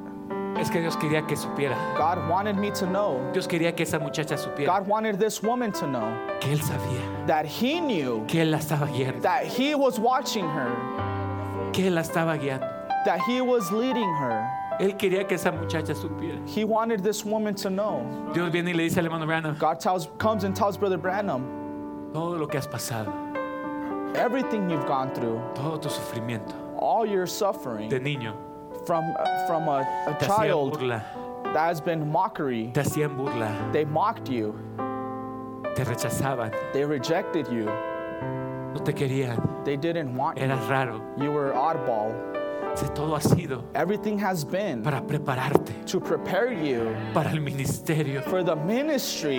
Speaker 9: es que Dios quería que supiera.
Speaker 6: God wanted me to know."
Speaker 9: Dios quería que esa muchacha supiera
Speaker 6: God wanted this woman to know
Speaker 9: que él sabía,
Speaker 6: that he knew
Speaker 9: que él la estaba guiando,
Speaker 6: that he was watching her,
Speaker 9: que él la estaba guiando.
Speaker 6: that he was leading her.
Speaker 9: Él quería que esa muchacha supiera.
Speaker 6: He wanted this woman to know.
Speaker 9: Dios viene y le dice al hermano Branham,
Speaker 6: God tells, comes and tells Brother Branham
Speaker 9: todo lo que has pasado,
Speaker 6: everything you've gone through,
Speaker 9: todo tu sufrimiento
Speaker 6: all your suffering
Speaker 9: de niño,
Speaker 6: from, from a, a
Speaker 9: te hacían
Speaker 6: child
Speaker 9: burla,
Speaker 6: that has been mockery.
Speaker 9: te hacían burla,
Speaker 6: They mocked you,
Speaker 9: te rechazaban,
Speaker 6: they rejected you,
Speaker 9: no te querían,
Speaker 6: they didn't want you.
Speaker 9: eras raro.
Speaker 6: You were oddball.
Speaker 9: Dice, Todo ha sido
Speaker 6: Everything has been
Speaker 9: para prepararte
Speaker 6: to prepare you
Speaker 9: para el ministerio
Speaker 6: for the ministry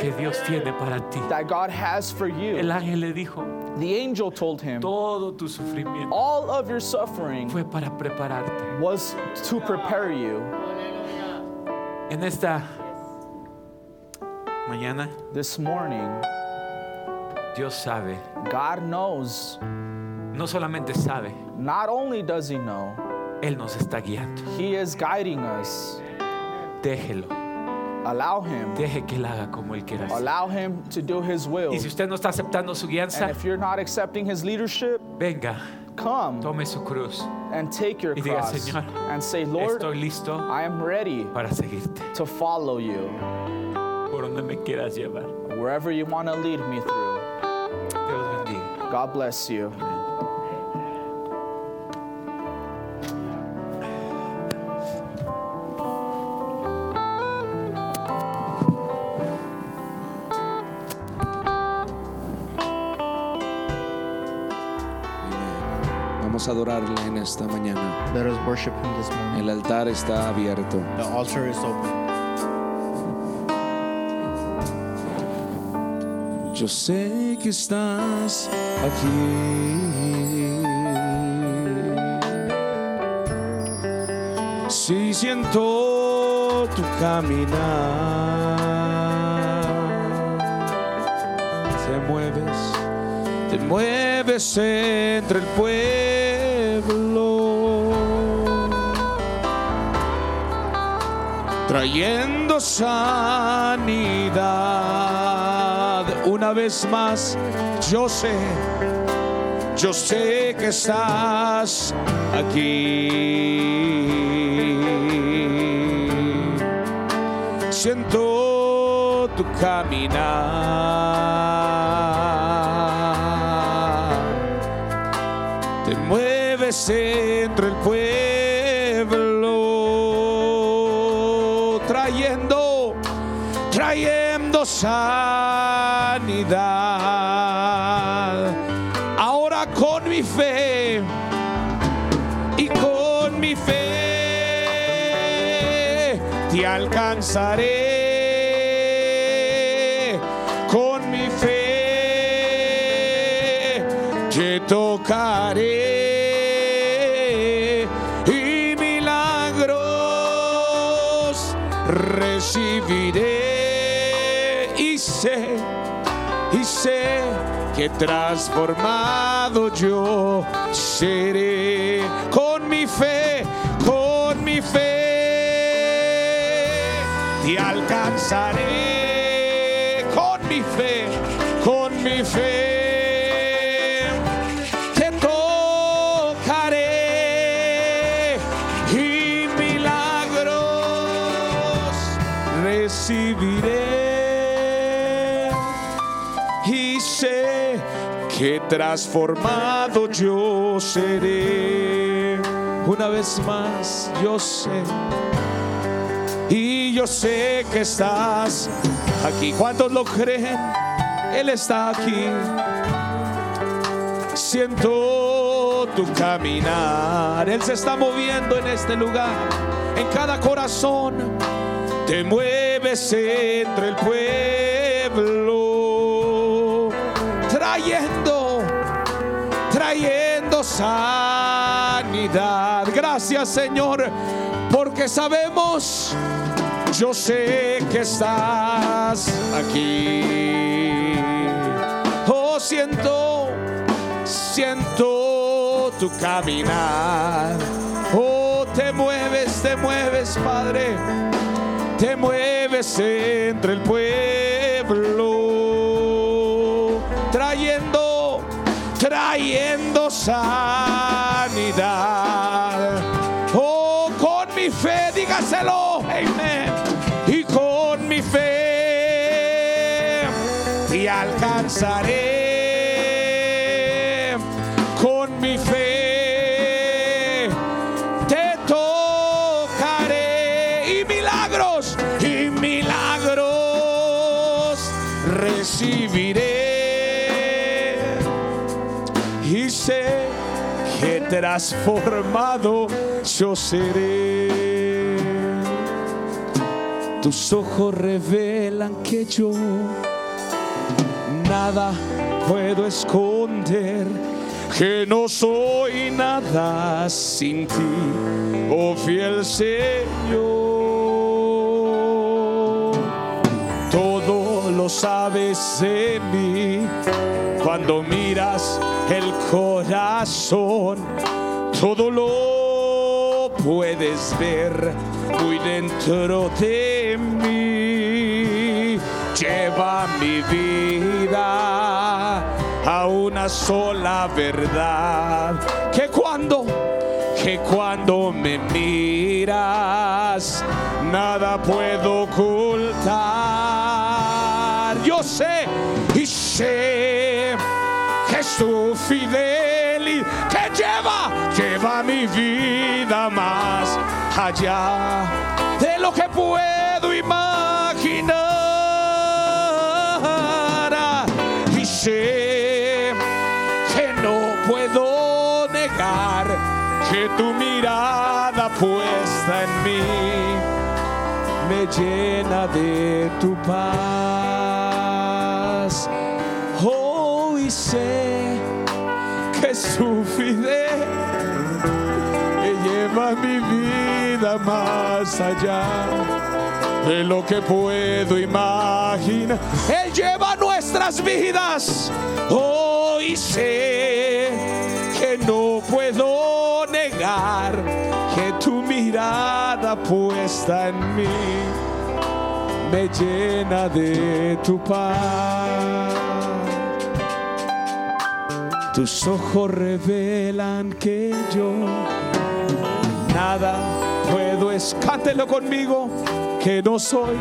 Speaker 9: que Dios tiene para ti.
Speaker 6: that God has for you.
Speaker 9: El ángel le dijo,
Speaker 6: The angel told him,
Speaker 9: todo tu sufrimiento
Speaker 6: all of your suffering
Speaker 9: fue para prepararte.
Speaker 6: was to prepare you.
Speaker 9: En esta mañana,
Speaker 6: This morning,
Speaker 9: Dios sabe
Speaker 6: God knows,
Speaker 9: no solamente sabe,
Speaker 6: not only does He know,
Speaker 9: Él nos está guiando.
Speaker 6: He is guiding us.
Speaker 9: Déjelo.
Speaker 6: Allow Him.
Speaker 9: Deje que Él haga como Él quiera. hacer.
Speaker 6: Allow Him to do His will.
Speaker 9: Y si usted no está aceptando su guianza,
Speaker 6: And if you're not accepting His leadership,
Speaker 9: venga,
Speaker 6: come
Speaker 9: tome su cruz.
Speaker 6: and take your
Speaker 9: Y diga,
Speaker 6: cross
Speaker 9: "Señor,
Speaker 6: and say, Lord,
Speaker 9: Estoy listo
Speaker 6: I am ready
Speaker 9: para seguirte.
Speaker 6: to follow you
Speaker 9: Por donde me quieras llevar.
Speaker 6: wherever you want to lead me through.
Speaker 9: Dios bendiga.
Speaker 6: God bless you.
Speaker 1: Vamos a adorarle en esta mañana.
Speaker 2: Let us worship Him this morning.
Speaker 1: El altar está abierto.
Speaker 2: The altar is open.
Speaker 1: Yo sé que estás aquí. Si siento tu caminar, te mueves, te mueves entre el pueblo. trayendo sanidad. Una vez más, yo sé, yo sé que estás aquí. Siento tu caminar te mueves entre el pueblo, trayendo, trayendo sanidad. Ahora con mi fe y con mi fe te alcanzaré. Con mi fe te tocaré y milagros recibiré y sé y sé que transformado yo seré con mi fe con mi fe te alcanzaré con mi fe con mi fe te tocaré y milagros recibiré y sé que transformado yo seré una vez más yo sé y yo sé que estás aquí ¿cuántos lo creen? Él está aquí siento tu caminar. Él se está moviendo en este lugar, en cada corazón. Te mueves entre el pueblo, trayendo, trayendo sanidad. Gracias Señor, porque sabemos, yo sé que estás aquí. Oh, siento siento tu caminar. Oh, te mueves, te mueves, Padre. Te mueves entre el pueblo, trayendo, trayendo sanidad. Oh, con mi fe, dígaselo, amén. Y con mi fe te alcanzaré. Con mi fe te tocaré. Y milagros, y milagros recibiré y sé que transformado yo seré. Tus ojos revelan que yo nada puedo esconder, que no soy nada sin ti, oh fiel Señor todo lo sabes de mí. Cuando miras el corazón, todo lo puedes ver muy dentro de mí. Lleva mi vida a una sola verdad. Que cuando, que cuando me miras, nada puedo ocultar. Yo sé y sé que es tu fidelidad que lleva, lleva mi vida más allá de lo que puedo imaginar. Y sé que no puedo negar que tu mirada puesta en mí me llena de tu paz. Hoy sé que su fidel me lleva mi vida más allá de lo que puedo imaginar. Él lleva nuestras vidas. Hoy sé que no puedo negar que tu mirada puesta en mí me llena de tu paz. Tus ojos revelan que yo nada puedo es. Cántelo conmigo, que no soy.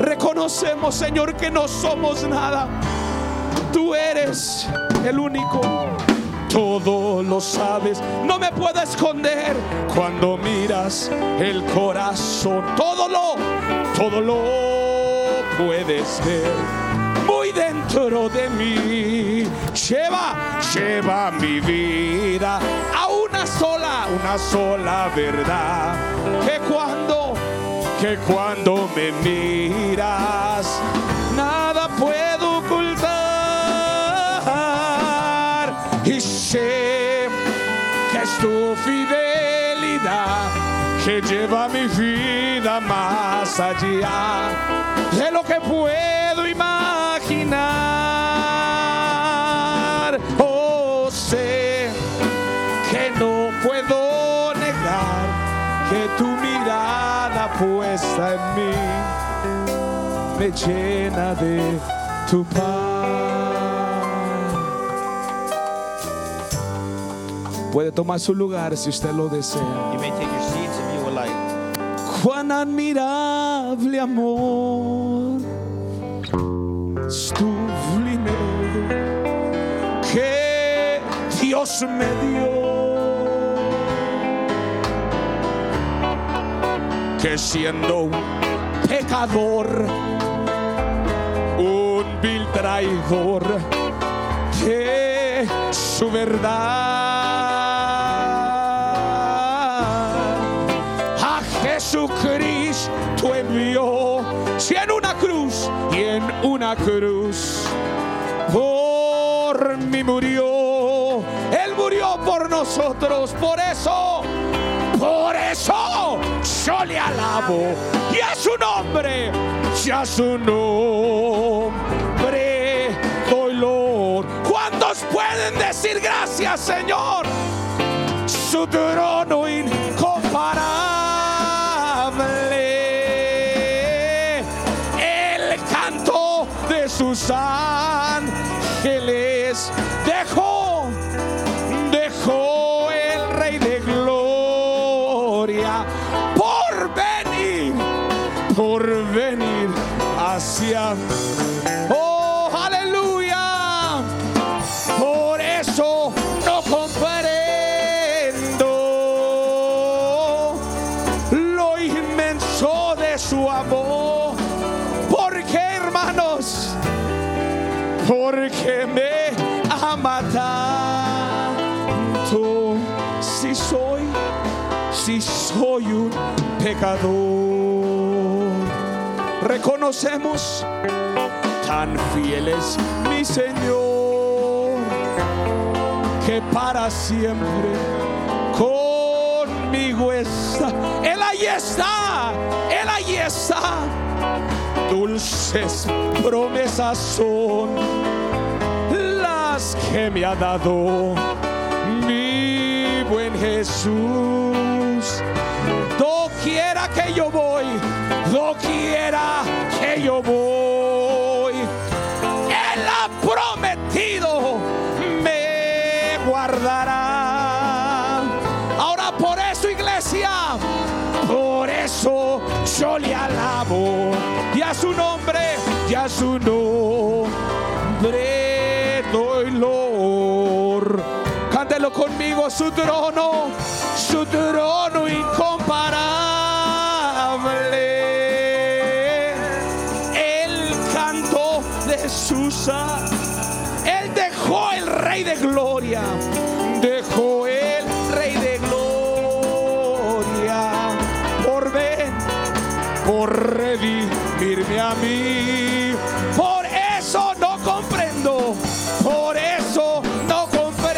Speaker 1: Reconocemos, Señor, que no somos nada. Tú eres el único. Todo lo sabes, no me puedo esconder cuando miras el corazón. Todo lo, todo lo puedes ver muy dentro de mí. Lleva, lleva mi vida a una sola, una sola verdad. Que cuando, que cuando me miras, nada puedo ocultar. Y sé que es tu fidelidad que lleva mi vida más allá de lo que puedo imaginar. Oh, sé que no puedo negar que tu mirada puesta en mí me llena de tu paz. Puede tomar su lugar si usted lo desea.
Speaker 2: You may take your seats if you would like.
Speaker 1: Cuán admirable amor es tu dinero que Dios me dio. Que siendo un pecador, un vil traidor, que su verdad a Jesucristo envió, si en una cruz y en una cruz por mí murió, Él murió por nosotros, por eso, por eso yo le alabo y a su nombre, y a su nombre doy lor. ¿Cuántos pueden decir gracias, Señor? su trono incomparable. El canto de sus ángeles dejó, dejó el rey de gloria por venir, por venir hacia. Oh, aleluya. Por eso no comprendo lo inmenso de su amor. Porque, hermanos, porque me ama tanto. Si soy, si soy un pecador, reconocemos tan fiel es mi Señor, que para siempre conmigo está. Él ahí está, Él ahí está. Dulces promesas son las que me ha dado mi buen Jesús. doquiera que yo voy. Él ha prometido, me guardará. Ahora por eso, iglesia, por eso yo le alabo. Y a su nombre, y a su nombre doy lor. Cántelo conmigo, su trono, su trono incomparable. El canto de Susa, él dejó el rey de gloria, dejó el rey de gloria por ven, por redimirme a mí. Por eso no comprendo, por eso no comprendo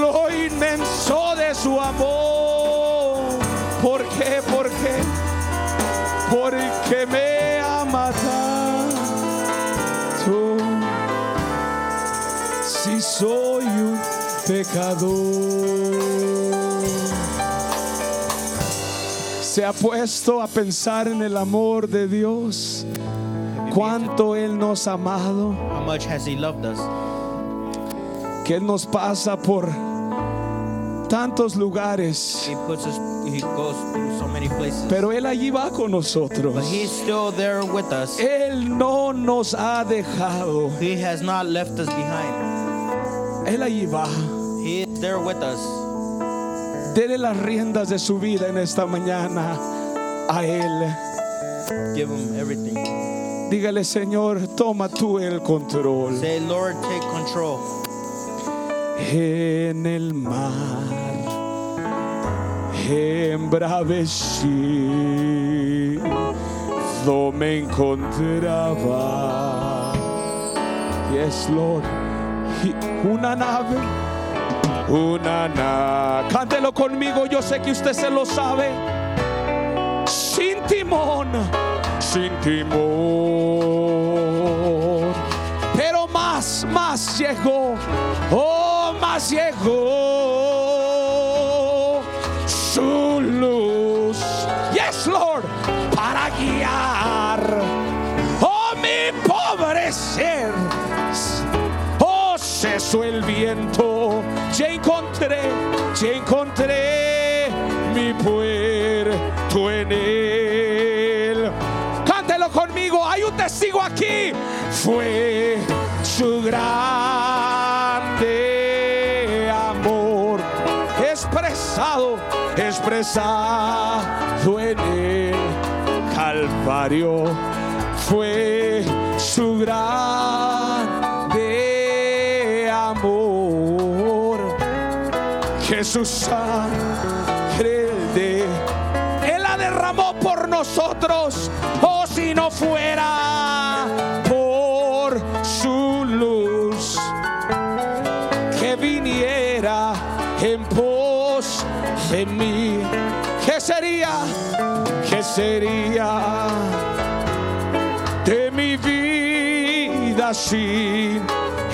Speaker 1: lo inmenso de su amor. ¿Por qué? ¿Por qué? Porque me ama tanto. Si soy un pecador, se ha puesto a pensar en el amor de Dios. Cuánto Él nos ha amado.
Speaker 2: How much has He loved us?
Speaker 1: que Él nos pasa por tantos lugares,
Speaker 2: He puts us, He goes through so many places.
Speaker 1: pero Él allí va con
Speaker 2: But He's
Speaker 1: nosotros.
Speaker 2: still there with us.
Speaker 1: Él no nos ha dejado,
Speaker 2: He has not left us behind.
Speaker 1: Él allí va.
Speaker 2: He is there with us.
Speaker 1: Dele las riendas de su vida en esta mañana a Él.
Speaker 2: Give Him everything.
Speaker 1: Dígale, Señor, toma tú el control.
Speaker 2: Say, Lord, take control.
Speaker 1: en el mar embravecido me encontraba Yes Lord Y una nave una nave cántelo conmigo yo sé que usted se lo sabe sin timón sin timón pero más, más llegó, oh, más llegó su luz. Yes, Lord, para guiar, oh, mi pobre ser. Oh, cesó el viento, ya encontré, ya encontré mi puerto en él. Cántelo conmigo, hay un testigo aquí. Fue su grande amor expresado, expresado en el Calvario. Fue su grande amor que su sangre de Él la derramó por nosotros. Oh, si no fuera por su luz que viniera en pos de mí. ¿Qué sería? ¿Qué sería? de mi vida sin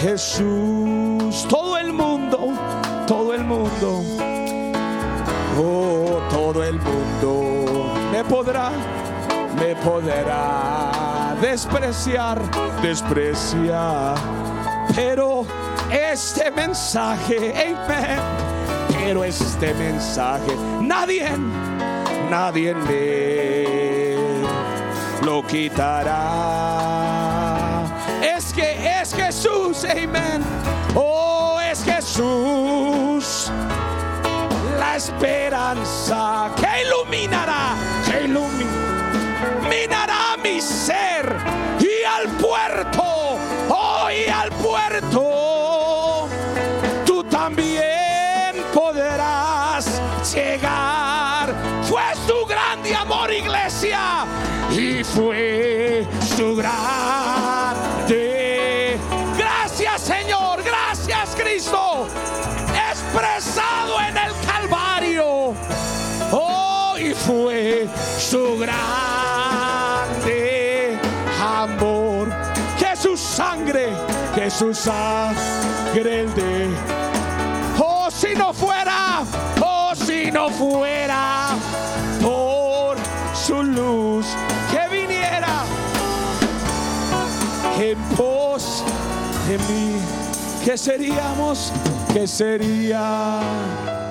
Speaker 1: Jesús. Todo el mundo, todo el mundo, oh, todo el mundo me podrá, me podrá despreciar, despreciar. Pero este mensaje, amen, pero este mensaje, nadie, nadie me lo quitará. Es que es Jesús, amén. Oh, es Jesús. La esperanza que iluminará, que iluminará mi ser y al puerto, oh, y al puerto. Tú también podrás llegar. Fue su grande amor, iglesia, y fue su grande. Gracias, Señor, gracias, Cristo, expresado en el Calvario. Oh, y fue su grande amor. Que su sangre, que su sangre el de Oh, si no fuera, oh, si Si no fuera por su luz que viniera en pos de mí, ¿qué seríamos? ¿Qué sería?